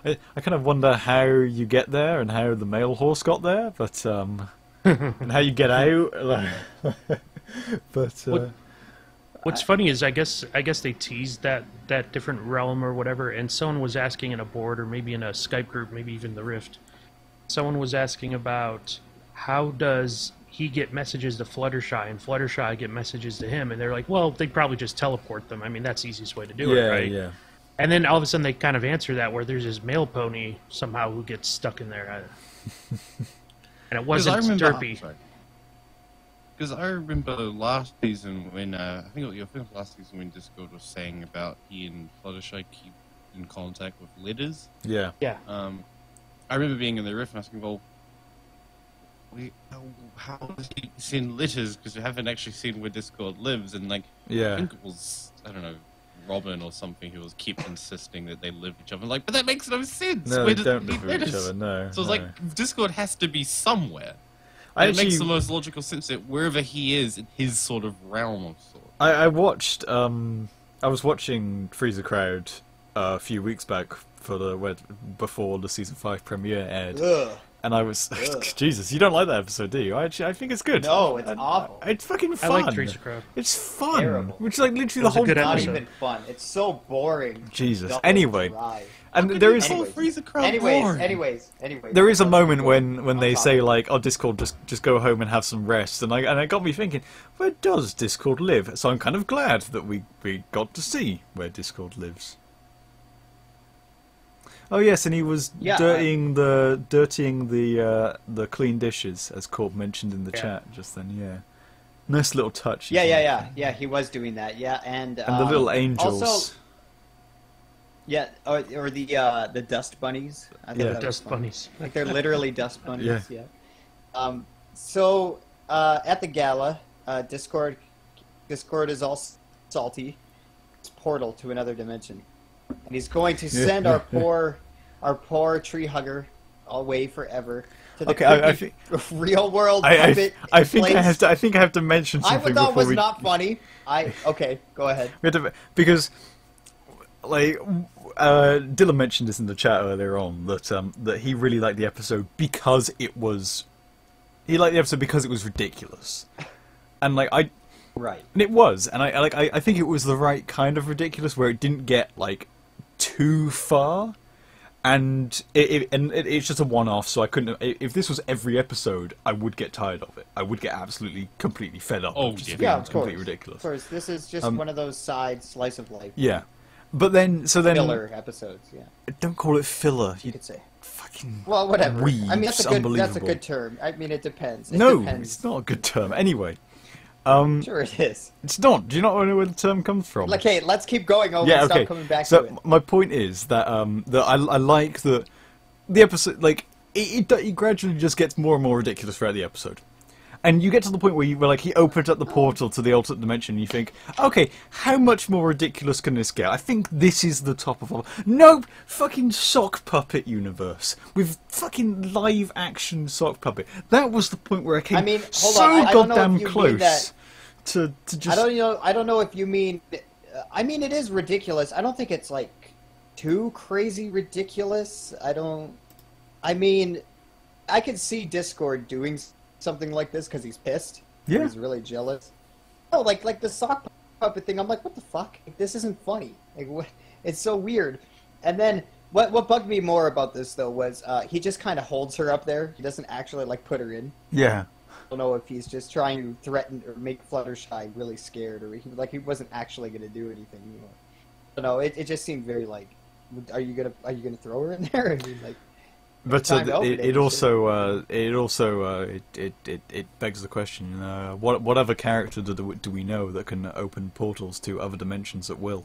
S1: I, I kind of wonder how you get there and how the mail horse got there, but um, and how you get out. but uh,
S3: What- What's funny is I guess I guess they teased that that different realm or whatever, and someone was asking in a board or maybe in a Skype group, maybe even the Rift. Someone was asking about how does he get messages to Fluttershy and Fluttershy get messages to him, and they're like, well, they probably just teleport them. I mean, that's the easiest way to do
S1: yeah
S3: it, right?
S1: yeah
S3: And then all of a sudden they kind of answer that where there's this male pony somehow who gets stuck in there, I- and it
S5: 'Cause
S3: wasn't Derpy.
S5: Because I remember last season when uh, I think it was, I think it was last season when Discord was saying about he and Fluttershy keep in contact with letters.
S1: yeah.
S3: Yeah.
S5: Um, I remember being in the riff and asking, "Well, we, how, how does he send letters? Because we haven't actually seen where Discord lives." And like, I
S1: Yeah.
S5: think it was I don't know Robin or something who was kept insisting that they lived with each other. Like, but that makes no sense.
S1: No, they
S5: where does
S1: don't
S5: he
S1: live with each
S5: letters?
S1: other. No.
S5: So it's
S1: no.
S5: like Discord has to be somewhere.
S1: I
S5: it makes
S1: actually-
S5: the most logical sense that wherever he is in his sort of realm of sort.
S1: I, I watched. Um, I was watching Freezer Crowd uh, a few weeks back for the where, before the season five premiere aired,
S2: Ugh.
S1: and I was Jesus. You don't like that episode, do you? I actually, I think it's good.
S2: No, it's
S1: I-
S2: awful.
S1: I- it's fucking
S3: I
S1: fun.
S3: like Freezer Crowd.
S1: It's fun.
S2: Terrible.
S1: Which is like literally the
S3: was a
S1: whole
S3: good
S2: Not
S3: episode.
S1: time.
S2: even fun. It's so boring.
S1: Jesus.
S2: Double
S1: Anyway.
S2: dry.
S1: And there is
S2: Anyway.
S5: Oh, Freezer Crown
S2: Anyways,
S5: Lord.
S2: anyways, anyways.
S1: there is a moment when when
S2: I'm
S1: they
S2: sorry.
S1: say like, "Oh, Discord, just just go home and have some rest," and I and it got me thinking, where does Discord live? So I'm kind of glad that we we got to see where Discord lives. Oh yes, and he was
S2: Yeah, uh,
S1: dirtying the dirtying the uh, the clean dishes, as Corb mentioned in the
S3: Yeah.
S1: chat just then. Yeah, nice little touch.
S2: Yeah,
S1: isn't
S2: yeah,
S1: it?
S2: yeah, yeah. He was doing that. Yeah, and
S1: And the
S2: um,
S1: little angels.
S2: Also, yeah, or, or the uh, the dust bunnies. I thought
S1: Yeah.
S2: that was
S3: Dust
S2: funny.
S3: bunnies.
S2: Like they're literally dust bunnies.
S1: Yeah.
S2: Yeah. Um, so uh, at the gala, uh, Discord Discord is all s- salty. It's portal to another dimension, and he's going to
S1: Yeah.
S2: send our poor our poor tree hugger away forever to the
S1: Okay, I- I
S2: creepy real world
S1: I, I,
S2: puppet
S1: I think I
S2: place.
S1: have to. I think I have to mention
S2: I
S1: something
S2: thought
S1: before
S2: was
S1: we.
S2: not funny. I okay, go ahead.
S1: we had to, because, like, uh, Dylan mentioned this in the chat earlier on that um, that he really liked the episode because it was, he liked the episode because it was ridiculous, and like I
S2: Right.
S1: And it was, and I I- like I, I think it was the right kind of ridiculous where it didn't get like too far, and it, it and it, it's just a one-off. So I couldn't. i- If this was every episode, I would get tired of it. I would get absolutely completely fed up.
S5: Oh,
S1: of just
S5: yeah.
S1: being
S2: Yeah, of course.
S1: completely ridiculous.
S2: Of course, this is just one of those side slice of life
S1: Um, Yeah, but then so then
S2: filler episodes. Yeah,
S1: don't call it filler. You
S2: you could say.
S1: fucking
S2: Well, whatever. I mean,
S1: Weebs,
S2: that's a good that's a
S1: unbelievable.
S2: good term. I mean, it depends. It
S1: no,
S2: depends.
S1: it's not a good term. Anyway,
S2: Sure, it is.
S1: it's not. Do you not know where the term comes from?
S2: Like, hey, let's keep going over.
S1: yeah,
S2: and
S1: okay.
S2: Stop coming back
S1: so
S2: to it.
S1: m- my point is that um that I, I like that the episode like it, it, do- it gradually just gets more and more ridiculous throughout the episode. And you get to the point where you where like he opens up the portal to the alternate dimension and you think, okay, how much more ridiculous can this get? I think this is the top of all Nope, fucking sock puppet universe. With fucking live action sock puppet. That was the point where I came
S2: I mean, hold
S1: so
S2: on, I- I don't know if
S1: goddamn
S2: you mean
S1: close
S2: that-
S1: to to
S2: I
S1: just
S2: don't know. I don't know if you mean. I mean, it is ridiculous. I don't think it's like too crazy ridiculous. I don't. I mean, I could see Discord doing s- something like this because he's pissed.
S1: Yeah.
S2: he's really jealous. No, like like the sock puppet thing. I'm like, what the fuck? Like, this isn't funny. Like, what? It's so weird. And then what what bugged me more about this though was uh, he just kind of holds her up there. He doesn't actually like put her in.
S1: Yeah.
S2: I don't know if he's just trying to threaten or make Fluttershy really scared, or he, like he wasn't actually going to do anything. You know. I don't know. It, it just seemed very like, are you gonna are you gonna throw her in there? I mean, like,
S1: But
S2: time
S1: uh,
S2: to
S1: th-
S2: open
S1: it,
S2: it,
S1: it
S2: you
S1: also uh, it also uh, it, it, it, it begs the question: uh, what what other character do, the- do we know that can open portals to other dimensions at will?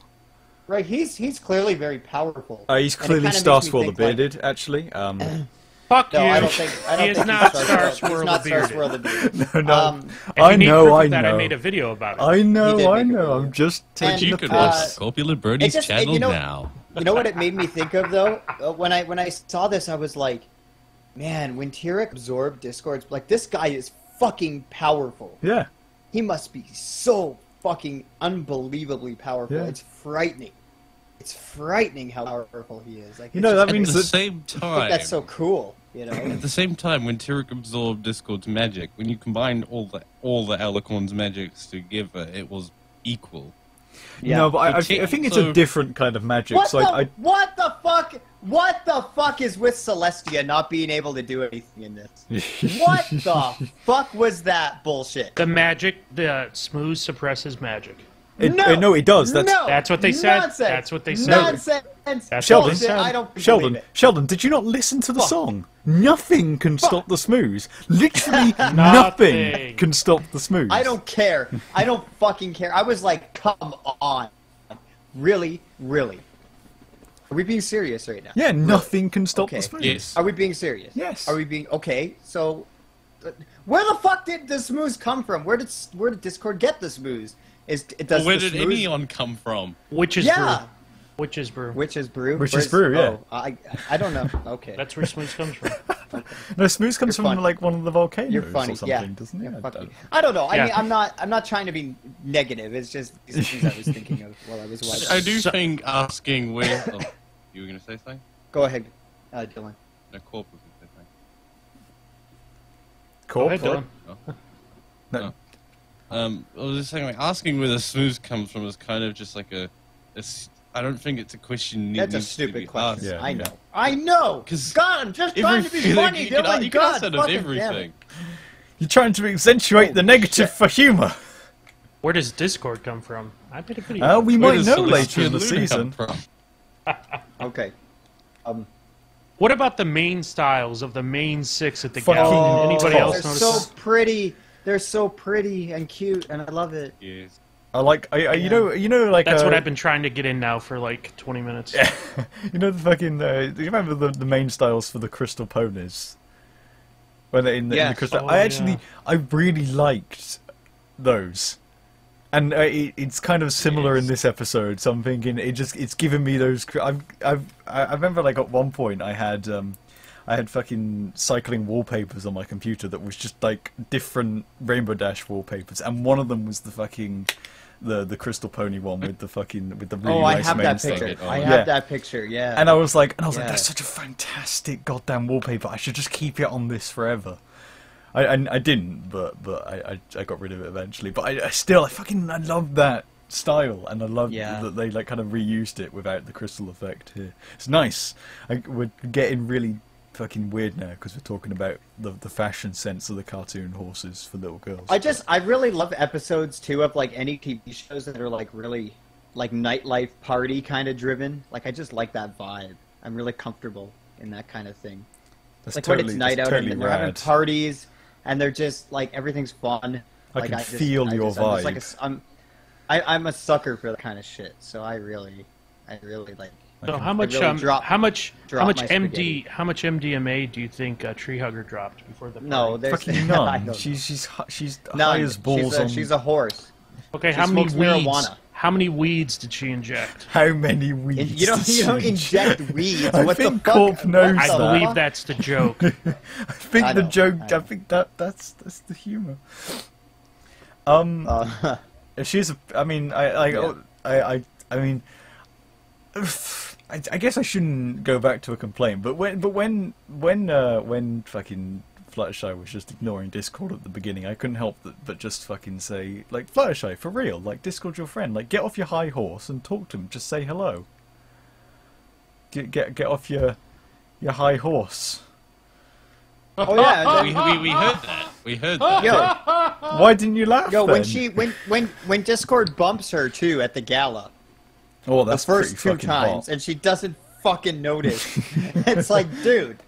S2: right? He's he's clearly very powerful.
S1: Uh, he's
S2: And it
S1: clearly
S2: kinda makes me
S1: Starswirl the
S2: think, like-
S1: Bearded, actually. Um, no,
S3: Fuck
S2: no,
S3: you.
S2: I don't think I don't
S3: he is
S2: think
S3: not
S2: he's
S3: Star
S2: Starswirl- he's
S3: Swirl
S2: not
S3: the Bearded.
S2: Starswirl the Bearded.
S1: no,
S2: Um,
S3: And
S1: I
S3: you need
S1: know,
S3: proof of
S1: I
S3: that.
S1: know,
S3: I made a video about it.
S1: I
S2: He
S1: know,
S2: did
S1: I
S2: make a
S1: know.
S2: video.
S1: I'm just
S2: And,
S1: taking
S5: you
S1: the
S5: could
S1: piss.
S5: watch
S2: uh,
S5: Scopular Birdie's
S2: it just- it-
S5: channel
S2: you know-
S5: now.
S2: You know what it made me think of though? Uh, when I when I saw this, I was like, man, when Tyrek absorbed Discord's like this guy is fucking powerful.
S1: yeah,
S2: He must be so fucking unbelievably powerful.
S1: Yeah.
S2: It's frightening. It's frightening how powerful he is. Like
S1: You
S2: it's
S1: know,
S2: just-
S1: that
S5: At
S1: means
S5: the
S1: that-
S5: same
S2: I think
S5: time,
S2: that's so cool. You know,
S5: At the same time, when Tyrek absorbed Discord's magic, when you combined all the all the Alicorn's magics together, it was equal.
S2: Yeah.
S1: no, but I, I,
S5: It
S1: thi- I
S5: takes-
S1: think it's
S5: so-
S1: a different kind of magic.
S2: what
S1: so
S2: the
S1: I, I,
S2: what the fuck? What the fuck is with Celestia not being able to do anything in this? what the fuck was that bullshit?
S3: The magic, the smooth suppresses magic.
S1: it, uh, no, it does. That's
S2: no,
S3: That's what they said.
S2: Nonsense.
S3: That's what they said.
S2: Nonsense.
S3: what
S1: Sheldon.
S2: Bullshit. I don't believe
S1: Sheldon,
S2: it.
S1: Sheldon, did you not listen to the
S2: Fuck.
S1: song? Nothing can stop the smooze. Literally nothing.
S3: Nothing.
S1: can stop the smooze.
S2: I don't care. I don't fucking care. I was like, come on. Really? Really? Are we being serious right now?
S1: Yeah, nothing can stop
S2: Okay.
S1: the smooze.
S5: Yes.
S2: Are we being serious?
S1: Yes.
S2: Are we being okay? So, uh, where the fuck did the smooze come from? Where did where did Discord get the smooze? Is it does
S5: Where
S2: the
S5: did
S2: smooze-
S5: Enion come from?
S3: Witch's
S2: Yeah.
S3: brew. Witch's brew.
S2: Witch's brew?
S1: Witch's
S2: Where's-
S1: brew, yeah.
S2: Oh, I I don't know. Okay.
S3: That's where smooth comes from.
S1: No, smooze comes
S2: You're
S1: from
S2: funny.
S1: like one of the volcanoes
S2: You're funny.
S1: or something,
S2: yeah.
S1: doesn't it?
S2: Yeah,
S1: I
S2: fuck
S1: don't-
S2: me. I don't know. I
S3: Yeah.
S2: mean, I'm not I'm not trying to be negative. It's just these are things I was thinking of while I was watching.
S5: I do
S3: So-
S5: think asking where. Oh, you were going to say something?
S2: Go ahead, uh, Dylan.
S5: No, Corp was going to say something.
S1: Corp,
S3: Go ahead,
S1: what?
S3: Dylan.
S5: No.
S1: No.
S5: Um, I was just saying, like, asking where the smooze comes from is kind of just like a. a s- I don't think it's a question.
S2: That's a stupid question.
S1: Yeah,
S2: I
S1: yeah.
S2: know. I know.
S5: 'Cause
S2: God, I'm just trying to be funny,
S5: you
S2: Dylan.
S5: can, you can
S2: God,
S5: ask that of
S2: fucking damn
S5: everything.
S2: it.
S1: You're trying to accentuate
S2: Oh,
S1: the negative for humour.
S3: Where does Discord come from? I made a video.
S1: Uh, we
S5: Where
S1: might
S5: does
S1: know
S5: Celestia
S1: later in the
S5: Luna come
S1: season.
S5: from?
S2: Okay. Um,
S3: What about the main styles of the main six at the
S1: Fucking
S3: gala?
S1: Oh,
S3: Anybody
S1: tough.
S3: else
S2: they're
S3: notice?
S2: so
S3: that?
S2: pretty. They're so pretty and cute, and I love it.
S5: Yes.
S1: I Uh, like I, I you know you know like
S3: That's
S1: uh,
S3: what I've been trying to get in now for like 20 minutes.
S1: You know the fucking. Uh, do you remember the, the main styles for the crystal ponies? When they in the, in the
S2: Yes.
S1: crystal,
S3: Oh,
S1: I actually
S3: yeah.
S1: I really liked those, and uh, it, it's kind of similar in
S5: Yes.
S1: this episode. So I'm thinking it just it's giving me those. cr- I've I've I I remember like at one point I had um. I had fucking cycling wallpapers on my computer that was just like different Rainbow Dash wallpapers, and one of them was the fucking, the the Crystal Pony one with the fucking with the really
S2: oh,
S1: nice
S2: I have
S1: main
S2: that
S1: star.
S2: picture.
S5: Oh,
S2: I
S5: yeah.
S2: have that picture. Yeah.
S1: And I was like, and I was like,
S2: Yeah.
S1: that's such a fantastic goddamn wallpaper. I should just keep it on this forever. I I, I didn't, but but I, I I got rid of it eventually. But I, I still I fucking I love that style, and I love
S2: Yeah.
S1: that they like kind of reused it without the crystal effect here. It's nice. I, we're getting really fucking weird now because we're talking about the the fashion sense of the cartoon horses for little girls.
S2: I just I really love episodes too of like any TV shows that are like really like nightlife party kind of driven. Like I just like that vibe. I'm really comfortable in that kind of thing.
S1: that's
S2: like when
S1: totally,
S2: it's night out
S1: that's totally
S2: and they're having
S1: rad.
S2: parties and they're just like everything's fun.
S1: I
S2: like,
S1: can feel your
S2: I'm just like
S1: vibe.
S2: a s- I'm, I, I'm a sucker for that kind of shit. So I really, I really like.
S3: So how much
S2: really
S3: um,
S2: drop-
S3: how much how
S2: drop
S3: much
S2: my
S3: MD
S2: spaghetti.
S3: how much MDMA do you think uh, Tree Hugger dropped before the
S2: No,
S3: party?
S2: there's
S1: Fucking
S2: I
S1: none.
S2: don't-
S1: She's she's hi- she's
S2: none.
S1: high as balls
S2: she's a,
S1: on.
S2: She's a horse.
S3: okay,
S2: she
S3: how many
S2: smokes
S3: weeds?
S2: marijuana.
S3: How many weeds did she inject?
S1: How many weeds?
S2: And you don't,
S1: did
S2: you don't
S1: she
S2: inject weeds.
S1: I
S2: what
S1: think
S2: the fuck?
S1: Corp
S2: What
S1: knows
S2: the
S3: I
S1: So-
S3: believe
S2: fuck?
S3: that's the joke.
S1: I think
S2: I
S1: the
S2: know,
S1: joke.
S2: I
S1: I,
S2: know.
S1: think that that's that's the humor. Um,
S2: Uh,
S1: she's. A, I mean, I I,
S2: Yeah.
S1: I I I mean, I, I guess I shouldn't go back to a complaint, but when but when when uh, when fucking Fluttershy was just ignoring Discord at the beginning, I couldn't help but, but just fucking say like Fluttershy for real, like Discord your friend, like get off your high horse and talk to him, just say hello. Get get get off your your high horse.
S2: oh yeah. and then-
S5: We, we, we heard that. We heard that.
S2: Yo,
S1: Why didn't you laugh?
S2: Uh, yo, when
S1: then?
S2: she when when when Discord bumps her too at the gala,
S1: oh,
S2: the
S1: that's
S2: first
S1: pretty
S2: two
S1: fucking
S2: times,
S1: hot.
S2: and she doesn't fucking notice. it's like, dude,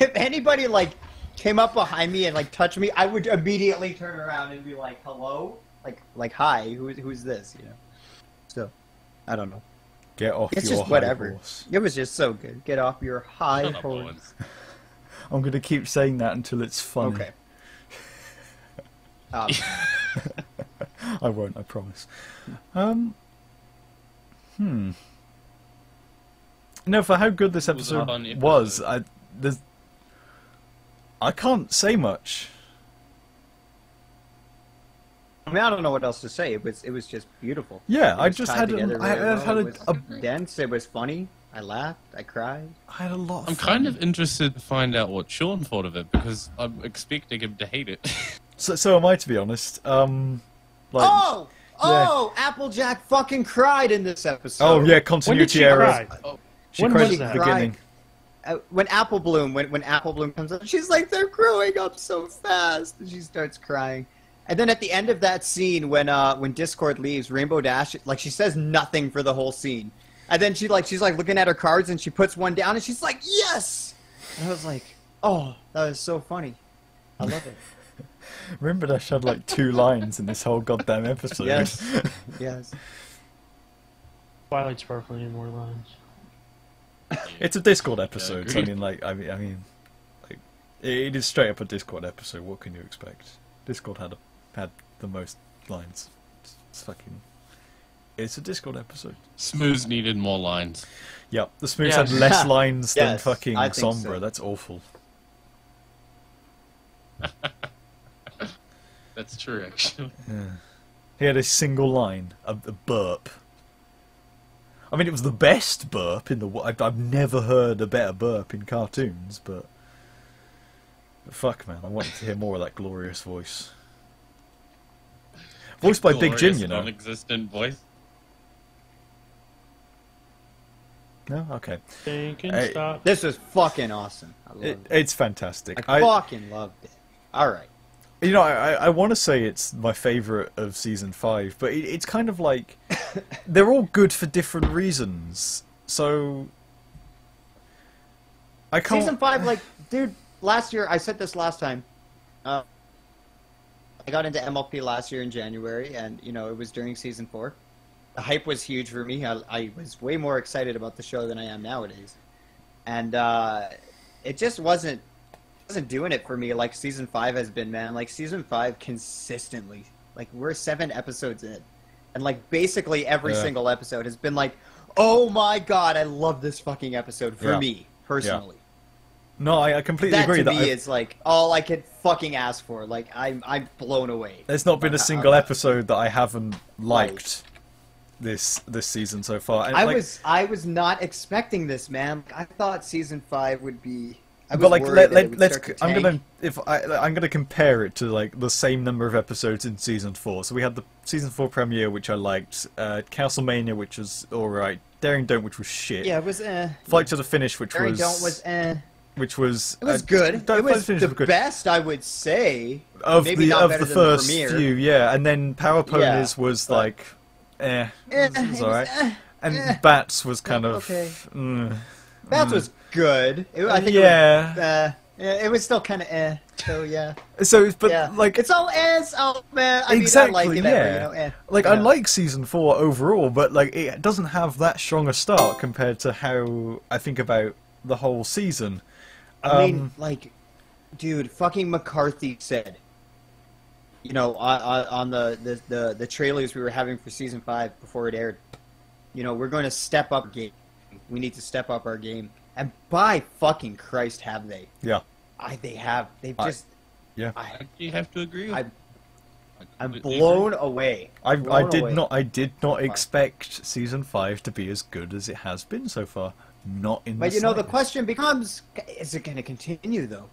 S2: if anybody like came up behind me and like touched me, I would immediately turn around and be like, "Hello," like like, "Hi, who's who's this?" You know. So, I don't know.
S1: Get off
S2: It's
S1: your
S2: just
S1: high
S2: whatever.
S1: horse.
S2: It was just so good. Get off your high
S5: Shut up, Owen.
S2: horse.
S1: I'm gonna keep saying that until it's funny.
S2: Okay. Um,
S1: I won't. I promise. Um. Hmm. No, for how good this
S5: It was a
S1: episode
S5: fun episode.
S1: was, I there's, I can't say much.
S2: I mean, I don't know what else to say. It was it was just beautiful.
S1: Yeah,
S2: It
S1: I
S2: was
S1: just had
S2: tied
S1: an-
S2: together
S1: I-
S2: really
S1: I've
S2: well.
S1: had
S2: It
S1: a-
S2: was dense. It was funny. I laughed. I cried.
S1: I had a lot. Of
S5: I'm
S1: fun.
S5: kind of interested to find out what Sean thought of it because I'm expecting him to hate it.
S1: So, so am I, to be honest. Um. Like,
S2: Oh, oh, Applejack fucking cried in this episode.
S1: Oh, yeah,
S3: when did
S1: continuity
S3: she
S1: error.
S3: cry?
S2: Oh,
S1: She
S3: When
S1: cried
S3: was
S1: at
S3: that?
S1: the beginning.
S2: Uh, when Apple Bloom, when when Apple Bloom comes up, she's like, "They're growing up so fast," and she starts crying. And then at the end of that scene, when uh when Discord leaves, Rainbow Dash like she says nothing for the whole scene, and then she like she's like looking at her cards and she puts one down and she's like, "Yes," and I was like, "Oh, that was so funny." I love it.
S1: Remember, that she had like two lines in this whole goddamn episode.
S2: yes, yes.
S3: Twilight's sparkling in more lines.
S1: It's a Discord episode. so I
S5: agreed.
S1: mean, like, I mean, I mean, like, it is straight up a Discord episode. What can you expect? Discord had a, had the most lines. It's, it's fucking. It's a Discord episode.
S5: Smooths needed more lines.
S1: Yep, the Smooths
S3: Yeah.
S1: had less lines than
S2: Yes,
S1: fucking
S2: I think
S1: Sombra.
S2: so.
S1: That's awful.
S5: That's true, actually.
S1: He had a single line, a, a burp. I mean, it was the best burp in the world. I've, I've never heard a better burp in cartoons, but. but fuck, man, I wanted to hear more of that glorious voice. Voiced by Big Jim,
S5: Glorious
S1: you know.
S5: Non-existent voice.
S1: No? Okay.
S3: Think and
S1: Hey.
S3: stop.
S2: This was fucking awesome. I loved
S1: It,
S2: it.
S1: it's fantastic.
S2: I
S1: I,
S2: fucking loved it. All right.
S1: you know, I, I, I want to say it's my favorite of season five, but it, it's kind of like they're all good for different reasons. So I can't.
S2: Season five, like, dude, last year I said this last time. Uh, I got into MLP last year in January, and you know it was during season four. The hype was huge for me. I, I was way more excited about the show than I am nowadays, and uh, it just wasn't wasn't doing it for me like season five has been. Man, like season five consistently. Like we're seven episodes in, and like basically every
S1: Yeah.
S2: single episode has been like, oh my god, I love this fucking episode for
S1: Yeah.
S2: me personally
S1: No, I, I completely
S2: that
S1: agree
S2: to
S1: that
S2: me
S1: I've-
S2: is like all I could fucking ask for. Like I'm I'm blown away.
S1: there's not been a
S2: Uh,
S1: single
S2: uh,
S1: episode that I haven't liked this this season so far. And,
S2: I
S1: like,
S2: was I was not expecting this, man. Like, I thought season five would be. I was
S1: but like
S2: worried
S1: let,
S2: that it
S1: let,
S2: would
S1: let's
S2: start to
S1: i'm
S2: tank.
S1: gonna if i i'm gonna compare it to like the same number of episodes in season four so we had the season four premiere which i liked uh castlemania which was all right daring don't which was shit
S2: Yeah, it was. Eh.
S1: flight to the finish which
S2: Barry
S1: was,
S2: Don't was. Eh.
S1: which was
S2: It was
S1: uh,
S2: good.
S1: Don't-
S2: it
S1: Flight to
S2: was
S1: Finish
S2: the best, I would say.
S1: of
S2: Maybe
S1: the
S2: not
S1: of
S2: better
S1: the
S2: than the
S1: first
S2: premiere.
S1: few yeah and then power
S2: Yeah,
S1: ponies was
S2: but-
S1: like eh,
S2: Eh,
S1: it was
S2: it
S1: all
S2: was,
S1: right
S2: eh.
S1: and
S2: eh.
S1: bats was kind of
S2: Okay.
S1: mm.
S2: That was good. It, I think. It was,
S1: yeah
S2: uh, yeah, it was still kind of eh. So yeah.
S1: so but
S2: yeah.
S1: like
S2: it's all eh. It's all man. I
S1: exactly.
S2: Mean, I like it,
S1: yeah.
S2: whatever, you know, eh,
S1: like
S2: you
S1: I
S2: know.
S1: like season four overall, but like it doesn't have that strong a start compared to how I think about the whole season.
S2: I mean,
S1: Um,
S2: like, dude, fucking McCarthy said, you know, on, on on the, the, the, the trailers we were having for season five before it aired, you know, we're going to step up game. We need to step up our game. And by fucking Christ, have they?
S1: Yeah,
S2: I, they have. They've
S1: I-
S2: just.
S1: yeah.
S2: I,
S5: You have to agree. With
S2: I,
S5: I
S2: I'm
S5: completely agree.
S2: blown away.
S1: I I
S2: Blown
S1: did
S2: away.
S1: not I did not
S2: Fine.
S1: expect season five to be as good as it has been so far. Not in.
S2: But
S1: the
S2: you know, the
S1: slightest.
S2: question becomes: Is it going to continue though?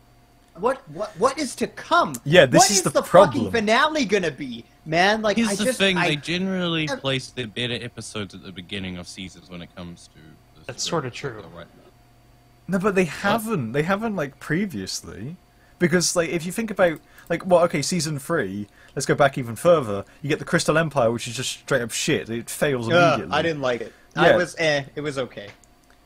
S2: What what what is to come?
S1: Yeah, this
S2: What
S1: is the
S2: the
S1: problem.
S2: fucking finale going to be, man? Like,
S5: Here's
S2: I
S5: the
S2: just
S5: thing:
S2: I,
S5: they generally
S2: Uh,
S5: place their better episodes at the beginning of seasons when it comes to. The
S3: That's
S5: story.
S3: sorta true.
S5: Right.
S1: No, but
S2: Oh.
S1: they haven't. They haven't like previously, because like if you think about like well, okay, season three. Let's go back even further. You get the Crystal Empire, which is just straight up shit. It fails
S2: Ugh,
S1: immediately.
S2: I didn't like it.
S1: Yeah.
S2: I was eh, it was okay.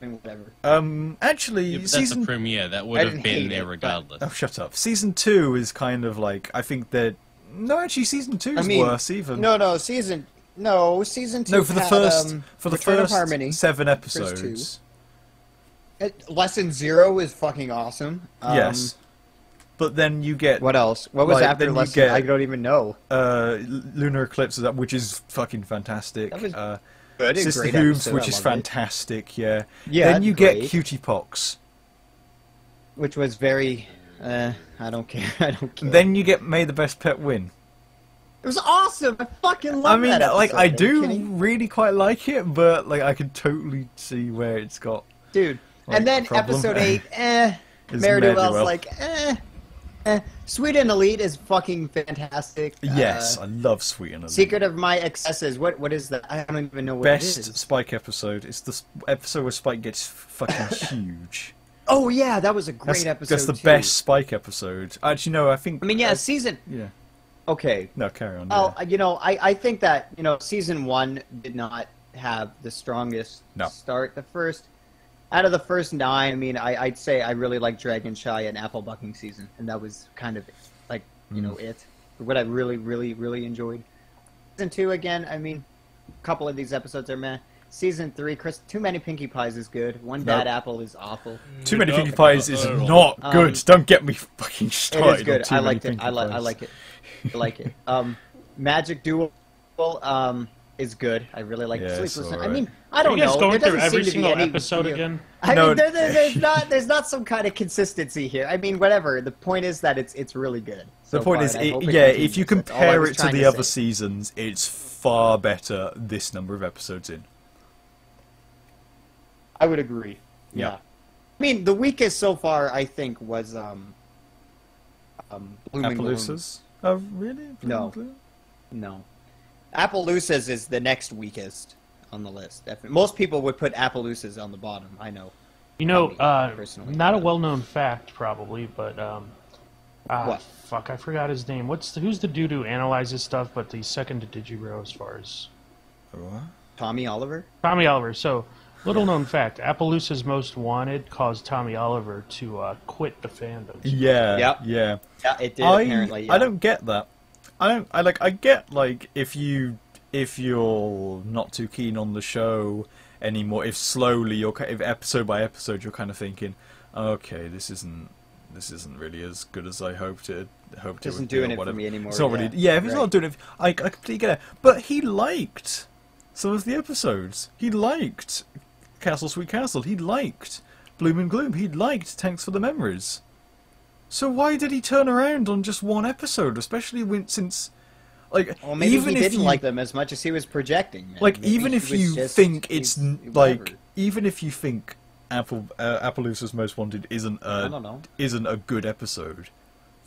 S2: I mean, whatever.
S1: Um, actually,
S5: Yeah, but that's
S1: season
S5: a premiere. That
S2: I
S5: would have
S2: didn't
S5: been
S2: hate
S5: there
S2: it, but-
S5: regardless.
S1: Oh, shut up. Season two is kind of like I think that no, actually, season two
S2: I
S1: is
S2: mean,
S1: worse even.
S2: No, no, season no, season two.
S1: No, for the
S2: had,
S1: first
S2: um,
S1: for the
S2: Return of
S1: first
S2: Harmony.
S1: seven
S2: two.
S1: episodes.
S2: Uh, Lesson zero is fucking awesome. Um,
S1: yes, but then you get
S2: What else? What was
S1: Like,
S2: after
S1: then you
S2: lesson?
S1: get-
S2: I don't even know.
S1: uh, L- lunar eclipse is up, which is fucking fantastic.
S2: That was
S1: uh,
S2: Good, a
S1: Sister
S2: great
S1: Hooves,
S2: episode,
S1: which
S2: I
S1: is
S2: loved it.
S1: fantastic. Yeah.
S2: Yeah,
S1: Then you get
S2: great.
S1: Cutie Pox.
S2: Which was very. Uh, I don't care. I don't care.
S1: Then you get May the Best Pet Win.
S2: it was awesome. I fucking love
S1: I mean,
S2: that
S1: like
S2: episode. Are
S1: I
S2: you
S1: do
S2: kidding?
S1: really quite like it, but like I can totally see where it's got
S2: dude.
S1: Like,
S2: and then
S1: problem.
S2: episode eight, eh?
S1: Is
S2: Mary
S1: Mary
S2: Duell's
S1: Duell.
S2: like, eh, eh. Sweet and Elite is fucking fantastic.
S1: Yes,
S2: Uh,
S1: I love Sweet and Elite.
S2: Secret of My Excesses. What what is that? I don't even know what it
S1: Best
S2: is.
S1: Spike episode. It's the s- episode where Spike gets fucking huge.
S2: Oh yeah, that was a great
S1: That's,
S2: episode.
S1: That's the
S2: too.
S1: best Spike episode. Actually, no, I think.
S2: I mean, yeah, season.
S1: Yeah.
S2: Okay.
S1: No, carry on.
S2: Oh,
S1: yeah.
S2: you know, I I think that you know season one did not have the strongest
S1: No.
S2: start. The first. Out of the first nine, I mean, I, I'd say I really like Dragon Shy and Apple Bucking Season, and that was kind of like you
S1: Mm.
S2: know it. What I really, really, really enjoyed. Season two again. I mean, a couple of these episodes are meh. Season three, Chris, too many Pinkie Pies is good. One
S1: Nope.
S2: bad apple is awful.
S1: Too Many
S5: No,
S1: Pinkie Pies
S5: no,
S1: is
S5: no, no.
S1: not
S2: Um,
S1: good. Don't get me fucking
S2: It
S1: started.
S2: is good.
S1: on Too
S2: I
S1: Many
S2: liked it. I
S1: Pinkie
S2: like. I
S1: Pies.
S2: like it. I like it. Um, Magic Duel um, is good. I really like
S1: Yeah, it's
S2: Sleepless. Night.
S1: alright.
S2: I mean, I
S3: Are
S2: don't
S3: you guys
S2: know.
S3: going
S2: there
S3: through
S2: doesn't
S3: every
S2: seem to be
S3: single
S2: any
S3: episode
S2: real-
S3: again?
S2: I
S1: No.
S2: mean, there, there- there's not there's not some kind of consistency here. I mean, whatever. The point is that it's it's really good.
S1: The
S2: so
S1: point
S2: far,
S1: is,
S2: and I
S1: it-
S2: hope
S1: yeah, if you
S2: continues. That's all I
S1: compare
S2: was
S1: it to
S2: trying
S1: the other
S2: say.
S1: seasons, it's far better this number of episodes in.
S2: I would agree.
S1: Yeah.
S2: Yeah. I mean, the weakest so far, I think, was um, um, Blooming Bloom.
S1: Appaloosas? Oh, really?
S2: No. No, Appaloosas is the next weakest on the list. Defi- Most people would put Appaloosas on the bottom. I know.
S3: You know,
S2: Me,
S3: uh,
S2: personally,
S3: not a
S2: but-
S3: well-known fact probably, but um, ah,
S2: What?
S3: Fuck, I forgot his name. What's the, who's the dude who analyzes stuff? But the second to Digibro as far as
S1: What?
S2: Tommy Oliver.
S3: Tommy Oliver. So Little known fact: Appaloosa's Most Wanted caused Tommy Oliver to uh, quit the fandom.
S1: Yeah.
S2: Yep.
S1: Yeah.
S2: Yeah, it did
S1: I,
S2: apparently. Yeah.
S1: I don't get that. I don't. I like. I get like if you if you're not too keen on the show anymore. If slowly you're ki- if episode by episode you're kind of thinking, okay, this isn't this isn't really as good as I hoped it hoped it
S2: Isn't
S1: would be or
S2: doing it for
S1: whatever.
S2: me anymore,
S1: It's not really.
S2: yeah.
S1: Yeah, if he's
S2: Right.
S1: not doing it, I I completely get it. But he liked some of the episodes. He liked Castle Sweet Castle. He liked Bloom and Gloom. He liked Thanks for the Memories. So why did he turn around on just one episode, especially when since like
S2: Well, maybe
S1: even
S2: he
S1: if
S2: didn't
S1: you
S2: like them as much as he was projecting. man.
S1: like
S2: Maybe
S1: even
S2: he
S1: if
S2: was
S1: you
S2: just-
S1: think it's
S2: he's-
S1: n
S2: whatever.
S1: like even if you think Apple uh, Appaloosa's Most Wanted isn't a
S2: I don't know.
S1: isn't a good episode,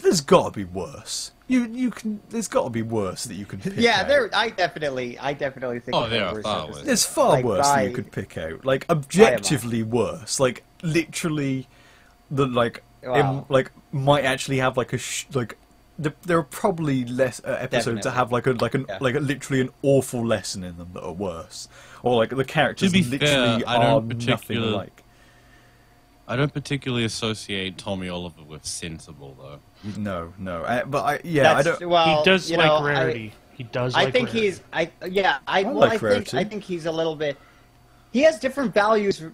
S1: there's got to be worse. You you can there's got to be worse that you can pick
S2: yeah,
S1: out.
S2: there. I definitely, I definitely think.
S5: Oh,
S2: that
S5: there are
S2: was-
S5: far worse.
S1: There's far
S2: Like,
S1: worse that you
S2: by-
S1: could pick out. Like objectively worse. Like literally, the like
S2: Wow.
S1: im- like might actually have like a sh- like. The, there are probably less uh, episodes that
S2: Definitely.
S1: have like a like an
S2: Yeah.
S1: like a, literally an awful lesson in them that are worse, or like the characters
S5: be
S1: literally
S5: fair, I
S1: are
S5: don't
S1: nothing
S5: particular-
S1: alike.
S5: I don't particularly associate Tommy Oliver with sensible though.
S1: No, no. I, but I yeah, I
S2: That's-
S1: don't.
S2: Well,
S3: he does
S2: you
S3: like
S2: know, I-
S3: rarity. he does.
S2: I
S3: like
S2: think
S3: rarity.
S2: he's. I yeah. I, well,
S1: like
S2: I think
S1: Rarity.
S2: I think he's a little bit. He has different values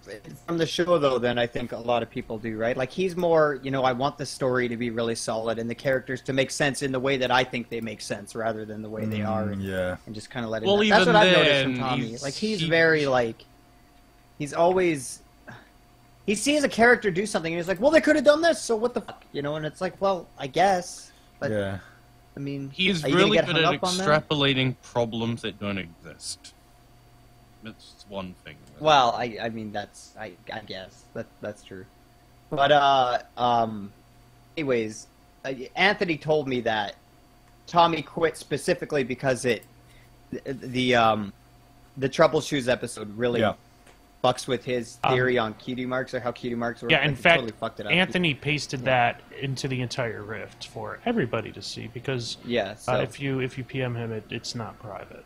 S2: from the show though than I think a lot of people do, right? Like he's more, you know, I want the story to be really solid and the characters to make sense in the way that I think they make sense, rather than the way they are, and,
S1: Mm, Yeah.
S2: and just kind of let it.
S5: Well,
S2: out. That's
S5: even
S2: what I've noticed from
S5: then,
S2: Tommy.
S5: he's-
S2: like he's
S5: he-
S2: very like, he's always. He sees a character do something and he's like, "Well, they could have done this, so what the fuck?" You know, and it's like, "Well, I guess." But
S1: yeah.
S2: I mean,
S5: He is
S2: are you
S5: really
S2: gonna get
S5: good
S2: hung
S5: at
S2: up on that?
S5: extrapolating problems that don't exist. That's one thing.
S2: Well, I, I mean that's I, I guess that that's true, but uh um, anyways, uh, Anthony told me that Tommy quit specifically because it the, the um the trouble shoes episode really
S1: Yeah.
S2: fucks with his
S3: Um,
S2: theory on cutie marks or how cutie marks work.
S3: Yeah, in
S2: Like, it
S3: fact,
S2: totally fucked it up.
S3: Anthony pasted that into the entire rift for everybody to see because
S2: Yeah, so
S3: uh, if you if you PM him, it, it's not private.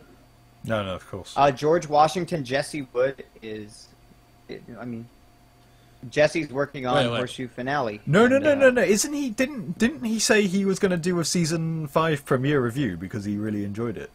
S1: No, no, of course.
S2: Uh, George Washington, Jesse Wood is, I mean, Jesse's working on
S5: Wait, wait.
S2: Horseshoe Finale.
S1: No, no,
S2: and,
S1: no,
S2: uh,
S1: no, no. Isn't he? Didn't didn't he say he was going to do a season five premiere review because he really enjoyed it?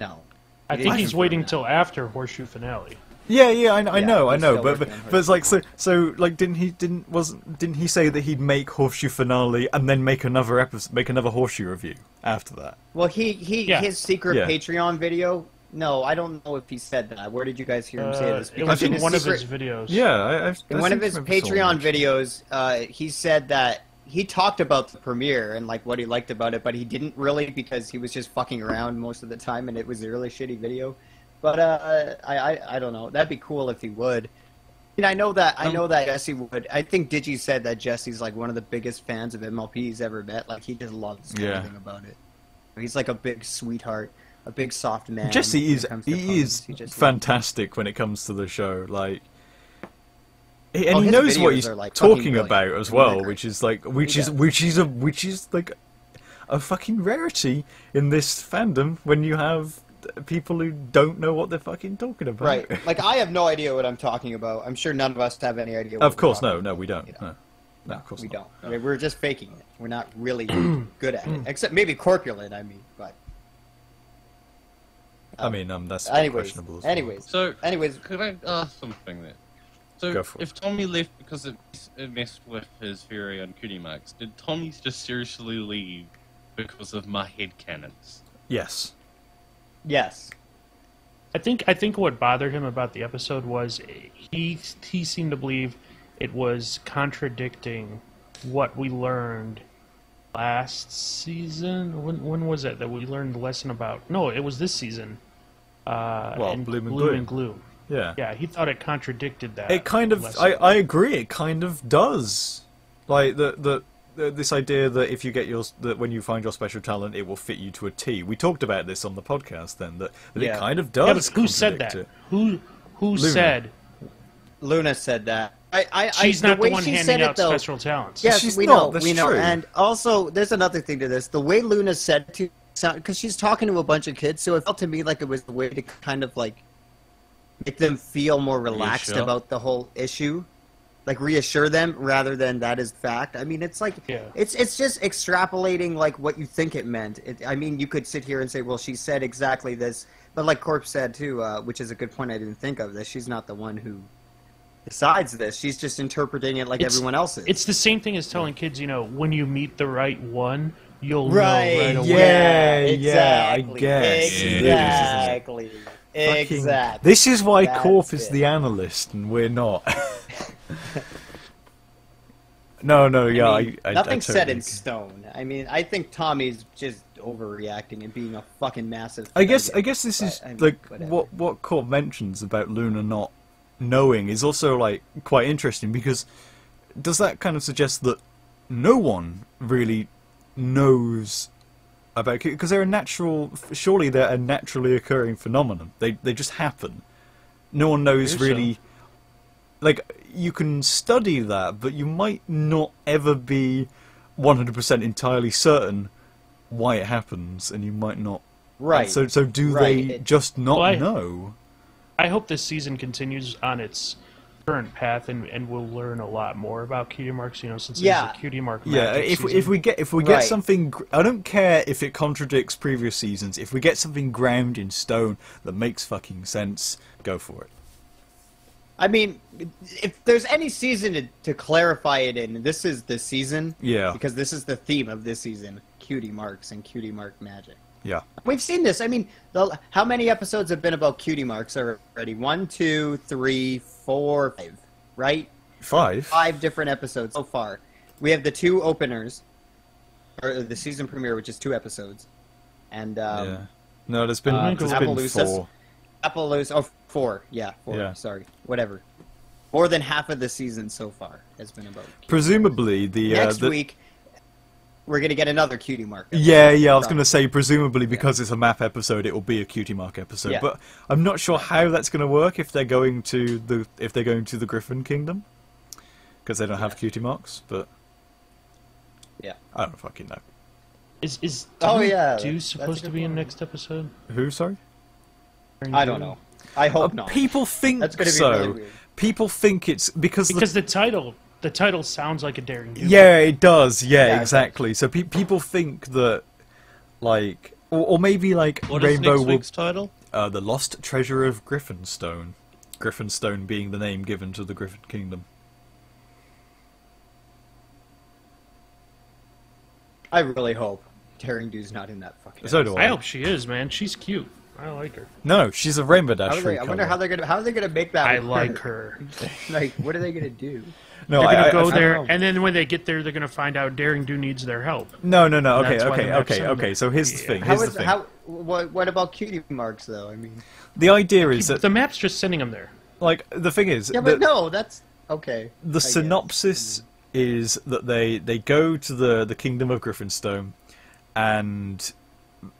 S2: no.
S3: I
S2: He
S3: think
S2: didn't
S3: he's
S2: confirm
S3: waiting
S2: that.
S3: till after Horseshoe Finale.
S1: Yeah, yeah, I, I
S2: Yeah,
S1: know, I
S2: he's
S1: know,
S2: still
S1: but but,
S2: working on
S1: but it's like so so like didn't he didn't wasn't didn't he say that he'd make horseshoe finale and then make another episode make another horseshoe review after that?
S2: Well, he he
S3: Yeah.
S2: his secret
S1: Yeah.
S2: Patreon video. No, I don't know if he said that. Where did you guys hear him say
S3: Uh,
S2: this?
S3: it
S2: Because
S3: was
S1: think
S3: in
S1: his
S3: one of
S2: secret-
S3: his videos.
S1: Yeah, I, I,
S2: in one of his Patreon videos, uh, he said that he talked about the premiere and like what he liked about it, but he didn't really because he was just fucking around most of the time, and it was a really shitty video. But uh, I, I I don't know. That'd be cool if he would. And I know that
S1: Um,
S2: I know that Jesse would. I think Digi said that Jesse's like one of the biggest fans of MLP he's ever met. Like he just loves
S1: Yeah.
S2: everything about it. He's like a big sweetheart, a big soft man.
S1: Jesse
S2: when
S1: is
S2: it comes to
S1: he is
S2: opponents. He just-
S1: fantastic when it comes to the show. Like, he- and
S2: Oh,
S1: he
S2: his
S1: knows what
S2: videos
S1: he's
S2: are, like, fucking
S1: talking
S2: brilliant.
S1: about as
S2: They're really
S1: well,
S2: great.
S1: which is like which
S2: He
S1: is
S2: does.
S1: which is a which is like a fucking rarity in this fandom when you have people who don't know what they're fucking talking about.
S2: Right. Like I have no idea what I'm talking about. I'm sure none of us have any idea. What
S1: of
S2: we're
S1: course,
S2: talking
S1: no, no,
S2: about.
S1: we don't.
S2: You know,
S1: No, no, of course
S2: we
S1: not.
S2: don't. I mean, we're just faking it. We're not really good at
S1: Hmm.
S2: it, except maybe corpulent. I mean, but
S1: I mean, um, that's
S2: anyways,
S1: questionable. As well.
S2: anyways,
S5: So,
S2: anyways,
S5: could I ask something then? So,
S1: Go for it.
S5: if Tommy left because it, it messed with his theory on cutie marks, did Tommy just seriously leave because of my head cannons?
S1: yes.
S2: yes,
S3: I think I think what bothered him about the episode was he he seemed to believe it was contradicting what we learned last season. When when was it that we learned the lesson about? No, it was this season. Uh,
S1: Well,
S3: in
S1: Bloom and
S3: Bloom
S1: Gloom.
S3: and Gloom.
S1: Yeah.
S3: Yeah, he thought it contradicted that.
S1: It kind of.
S3: lesson.
S1: I, I agree. It kind of does. Like the the. the- This idea that if you get your that when you find your special talent, it will fit you to a T. We talked about this on the podcast then that, that
S2: Yeah.
S1: it kind of
S3: yeah,
S1: does.
S3: but who said that?
S1: contradict it.
S3: Who who said
S2: Luna said that. I, I,
S3: she's
S2: I, the,
S3: not the
S2: way
S3: one
S2: she
S3: handing
S2: said
S3: out
S2: it, though,
S3: special talents?
S2: Yes,
S1: She's
S2: we
S1: not,
S2: know.
S1: that's
S2: we know.
S1: true.
S2: And also, there's another thing to this. The way Luna said to because she's talking to a bunch of kids, so it felt to me like it was the way to kind of like make them feel more relaxed
S5: Reassure.
S2: about the whole issue like reassure them rather than that is fact i mean it's like
S3: Yeah.
S2: it's it's just extrapolating like what you think it meant it, i mean you could sit here and say well she said exactly this but like corp said too uh, which is a good point i didn't think of that she's not the one who decides this she's just interpreting it like
S3: It's-
S2: everyone else is
S3: It's the same thing as telling kids, you know, when you meet the right one, you'll know right
S1: yeah,
S3: away.
S1: yeah, I guess.
S5: Yeah.
S2: exactly
S1: Fucking-
S2: exactly
S1: This is why
S2: That's
S1: Corp is
S2: it.
S1: the analyst and we're not. no, no, yeah, I,
S2: mean,
S1: I, I
S2: nothing's set
S1: totally
S2: in
S1: get-
S2: stone. I mean, I think Tommy's just overreacting and being a fucking massive.
S1: I guess
S2: faggot,
S1: I guess this is
S2: but, I mean,
S1: like
S2: whatever.
S1: what what Corp mentions about Luna not knowing is also like quite interesting because does that kind of suggest that no one really knows about because they're a natural surely they're a naturally occurring phenomenon they they just happen no one knows
S3: Believe so.
S1: really like you can study that but you might not ever be 100% entirely certain why it happens and you might not
S2: Right.
S1: so so do
S2: Right,
S1: they
S2: it-
S1: just not
S3: Well, I-
S1: know
S3: I hope this season continues on its current path and, and we'll learn a lot more about cutie marks, you know, since
S2: Yeah.
S3: it's a cutie mark
S1: yeah
S3: magic
S1: if
S3: season.
S1: if we get if we get
S2: Right.
S1: something gr- i don't care if it contradicts previous seasons if we get something ground in stone that makes fucking sense go for it
S2: I mean, if there's any season to, to clarify it in, this is the season.
S1: Yeah.
S2: Because this is the theme of this season: cutie marks and cutie mark magic.
S1: yeah
S2: We've seen this. I mean, the, how many episodes have been about cutie marks already? One, two, three, four, five. Right.
S1: five
S2: five different episodes so far. We have the two openers, or the season premiere, which is two episodes, and um,
S1: yeah no there's been,
S2: uh,
S1: there's been
S2: Appaloosa's-
S1: four
S2: Appaloosa. Oh, four. Yeah, four.
S1: Yeah.
S2: Sorry, whatever. More than half of the season so far has been about.
S1: presumably the uh,
S2: Next
S1: the,
S2: week, we're gonna get another cutie mark. episode,
S1: Yeah, yeah, I was
S2: probably.
S1: going to say, presumably because it's a map episode, it will be a cutie mark episode.
S2: Yeah.
S1: But I'm not sure how that's going to work if they're going to the if they're going to the Griffin Kingdom because they don't have cutie marks. But
S2: Yeah.
S1: I don't fucking know.
S3: is is
S2: Oh,
S3: Tom
S2: yeah, that-
S3: Dew
S2: that's a
S3: supposed to
S2: good
S3: be in
S2: point.
S3: next episode?
S1: Who? Sorry.
S2: I don't know. I
S1: Uh,
S2: hope not.
S1: People think
S2: That's gonna be
S1: so.
S2: really weird.
S1: People think it's because, the
S3: Because the title the title sounds like a daring do.
S1: Yeah, it does. Yeah,
S2: Yeah, it
S1: exactly. So pe- people think that, like, or, or maybe like
S5: What is
S1: Rainbow
S5: next
S1: will
S5: week's title?
S1: uh, the lost treasure of Griffinstone. Griffinstone being the name given to the Griffin Kingdom.
S2: I really hope Tearing Dew's not in that fucking.
S1: So do
S3: I hope she is, man. She's cute. I like her.
S1: No, she's a rainbow
S2: I
S1: dash.
S2: wonder, I wonder how they're gonna how they're gonna make that.
S3: I
S2: work.
S3: like her.
S2: like what are they gonna do?
S1: No,
S3: They're
S1: I,
S3: gonna
S1: I-
S3: go
S1: I-
S3: there,
S2: know.
S3: and then when they get there, they're gonna find out Daring Do needs their help.
S1: No, no, no.
S3: And
S1: Okay,
S3: that's why
S1: okay,
S3: the map's
S1: okay,
S3: on
S1: okay.
S3: there.
S1: So here's the thing.
S2: How
S1: Here's
S2: is
S1: the thing.
S2: how what what about cutie marks though? I mean.
S1: The idea is
S3: The
S1: that,
S3: map's just sending them there.
S1: like, the thing is
S2: Yeah,
S1: that
S2: but no, that's okay.
S1: the
S2: I guess.
S1: synopsis
S2: Mm.
S1: is that they they go to the the kingdom of Griffinstone, and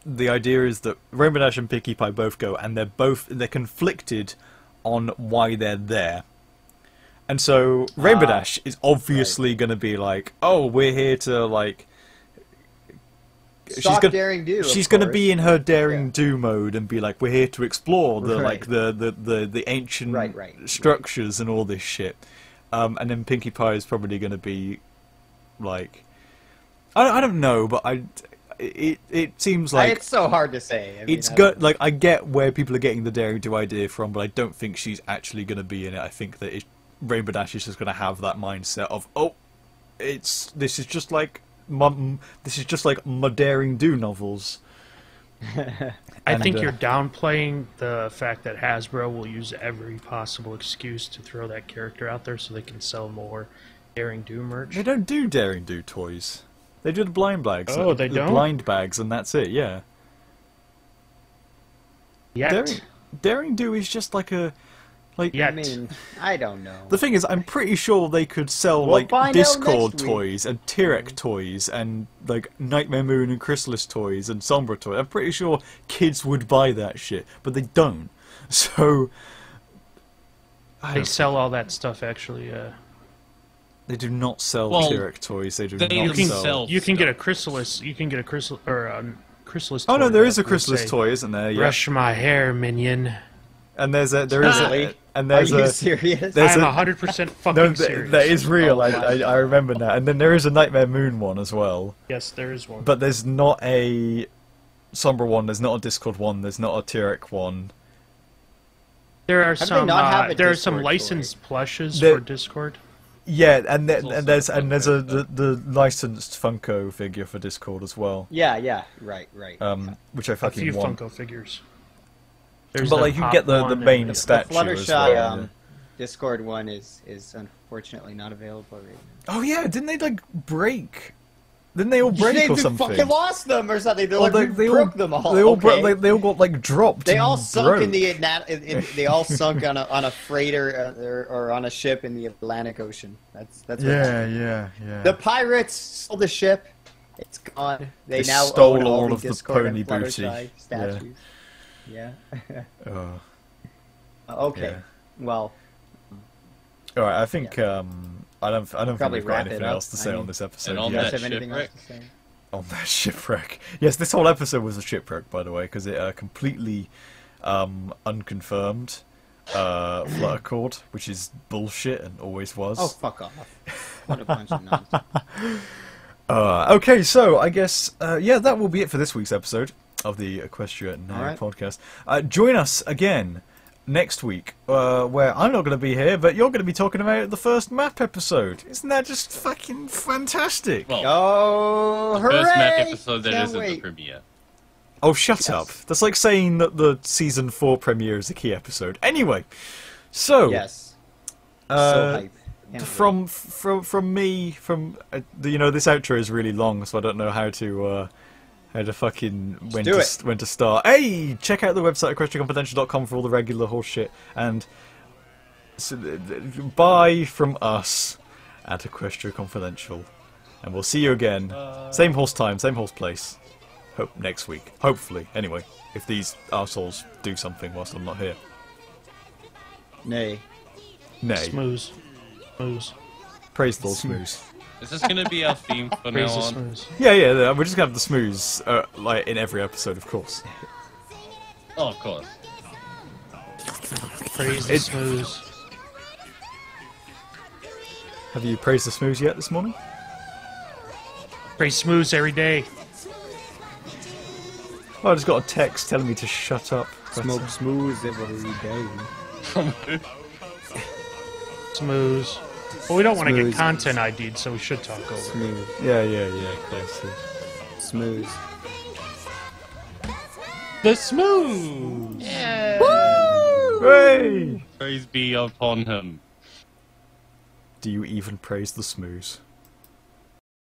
S1: the idea is that Rainbow Dash and Pinkie Pie both go, and they're both they're conflicted on why they're there. And so Rainbow
S2: Ah.
S1: Dash is obviously going to be like, "Oh, we're here to like
S2: Stop
S1: gonna-
S2: daring do. of
S1: She's going to
S2: course.
S1: be in her daring
S2: Yeah.
S1: do mode and be like, "We're here to explore the
S2: Right.
S1: like the, the, the, the ancient
S2: Right, right,
S1: structures and all this shit." Um, and then Pinkie Pie is probably going to be like, I, I don't know, but I it it seems
S2: I-
S1: like
S2: it's so hard to say. I mean,
S1: it's
S2: I
S1: good.
S2: don't-
S1: Like I get where people are getting the daring do idea from, but I don't think she's actually going to be in it. I think that it, Rainbow Dash is just going to have that mindset of, oh, it's this is just like my this is just like my daring do novels.
S3: I
S1: And,
S3: think
S1: uh,
S3: you're downplaying the fact that Hasbro will use every possible excuse to throw that character out there so they can sell more Daring Do merch.
S1: They don't do daring do toys. They do the blind bags.
S3: Oh,
S1: uh,
S3: they
S1: the
S3: don't?
S1: Blind bags, and that's it. Yeah.
S3: Yet.
S1: Daring daring do is just like a like.
S3: Yet.
S2: I mean, I don't know.
S1: The thing is, I'm pretty sure they could sell
S2: We'll
S1: like
S2: find out
S1: Discord
S2: next week.
S1: toys and Tyrek toys and like Nightmare Moon and Chrysalis toys and Sombra toys. I'm pretty sure kids would buy that shit, but they don't. So I
S3: they
S1: don't-
S3: sell all that stuff actually. Uh,
S1: they do not sell
S5: Well,
S1: Tyrek toys. They do
S5: they
S1: not
S5: can
S1: sell.
S5: sell-
S3: you can get a chrysalis. You can get a chrysalis or a chrysalis.
S1: Oh no,
S3: toy
S1: there is a
S3: that would
S1: Chrysalis
S3: say,
S1: toy, isn't there? Yeah.
S3: Brush my hair, minion.
S1: and there's a there is a,
S2: Really?
S1: and
S2: Are
S1: there's
S2: you
S1: a
S2: serious?
S1: there's-
S3: I am
S1: a-
S3: 100% fucking
S1: no th-
S3: serious.
S1: that is
S2: Oh,
S1: real. I, I
S2: wow.
S1: I remember now. And then there is a Nightmare Moon one as well.
S3: Yes, there is one.
S1: But there's not a Sombra one. There's not a Discord one. There's not a Tyrek one.
S3: there are
S2: they
S3: some
S2: not have
S3: uh,
S2: a
S3: there are some
S2: Discord
S3: licensed plushes
S1: The-
S3: for Discord.
S1: Yeah, and, th-
S5: There's also
S1: and there's and there's a
S5: Funko,
S1: the, the licensed Funko figure for Discord as well,
S2: yeah, yeah, right, right.
S1: um, which I
S3: A
S1: fucking
S3: few
S1: want.
S3: Funko figures. There's
S1: But
S3: the
S1: like you
S3: pop
S1: get the,
S3: one
S1: the
S3: and
S1: main
S3: the-
S2: the
S1: statue as
S2: Fluttershy
S1: well.
S2: um,
S1: yeah.
S2: Discord one is is unfortunately not available right now.
S1: Oh yeah, didn't they like break? Didn't they all break
S2: they
S1: or
S2: they
S1: something?
S2: fucking lost them or something. They're
S1: Or
S2: like,
S1: they,
S2: we
S1: they
S2: broke
S1: all,
S2: them all.
S1: They all broke.
S2: okay.
S1: They, they all got like dropped.
S2: They
S1: and
S2: all sunk in
S1: broke.
S2: the Atlant- in, in, they all sunk on a on a freighter uh, or, or on a ship in the Atlantic Ocean. That's that's what
S1: Yeah,
S2: happened.
S1: yeah, yeah.
S2: The pirates stole the ship. It's gone. They,
S1: They
S2: now
S1: stole
S2: own all,
S1: all
S2: the
S1: of the
S2: Discord
S1: pony
S2: and
S1: booty.
S2: Fluttershy
S1: Yeah.
S2: statues. Yeah. Uh,
S1: Oh.
S2: okay.
S1: Yeah.
S2: Well,
S1: All right, I think um, I don't. I don't
S2: Probably
S1: think we've got
S2: wrap it
S1: anything
S2: up.
S1: else to
S2: I
S1: say on
S2: mean-
S1: this episode.
S5: And on
S2: you guys
S1: yet.
S5: that
S2: have anything else
S5: shipwreck?
S2: to say?
S1: on that shipwreck. Yes, this whole episode was a shipwreck, by the way, because it uh, completely um, unconfirmed uh, Fluttercord, which is bullshit and always was.
S2: Oh, fuck off. What a bunch of nonsense. Oh.
S1: Uh, okay, so I guess uh, yeah, that will be it for this week's episode of the Equestria Now
S2: All right.
S1: podcast. Uh, join us again next week, uh, where I'm not going to be here, but you're going to be talking about the first map episode. Isn't that just fucking fantastic?
S5: Well,
S2: Oh, hooray!
S5: first map episode that
S2: Can't
S5: isn't the
S2: wait.
S5: premiere.
S1: Oh, shut
S2: Yes.
S1: up. That's like saying that the season 4 premiere is a key episode. Anyway, so,
S2: Yes.
S1: Oh. uh,
S2: so hype. Can't wait.
S1: from from from me from uh, the- you know this outro is really long so I don't know how to uh how to fucking when
S2: do
S1: to
S2: it.
S1: s- when to start. Hey, check out the website at questionconfidential.com for all the regular horse shit and s th- th- bye from us at Equestria Confidential. And we'll see you again. same horse time, same horse place. Hope next week. Hopefully. Anyway, if these assholes do something whilst I'm not here.
S2: Nay.
S1: Nay.
S3: Smooze. Smooze.
S1: Praise the Lord, smooth.
S5: Is this going to be our theme from now
S3: Praise the
S5: on?
S3: smooze.
S1: Yeah, yeah, yeah, we're just gonna have the smooths, uh, like in every episode, of course.
S5: Oh, of course.
S3: Praise the
S1: It-
S3: smooze.
S1: Have you praised the smooths yet this morning?
S3: Praise smooze every day.
S1: Oh, I just got a text telling me to shut up.
S2: Smoke smooths every day.
S3: Smooze. Well, we don't want to get
S2: Smooze.
S3: content ID'd, so we should talk over. it.
S2: Smooth.
S1: uh, Yeah, yeah, yeah. Close.
S2: Smooth.
S3: The smooze.
S1: Hey!
S5: Praise be upon him.
S1: Do you even praise the smooths?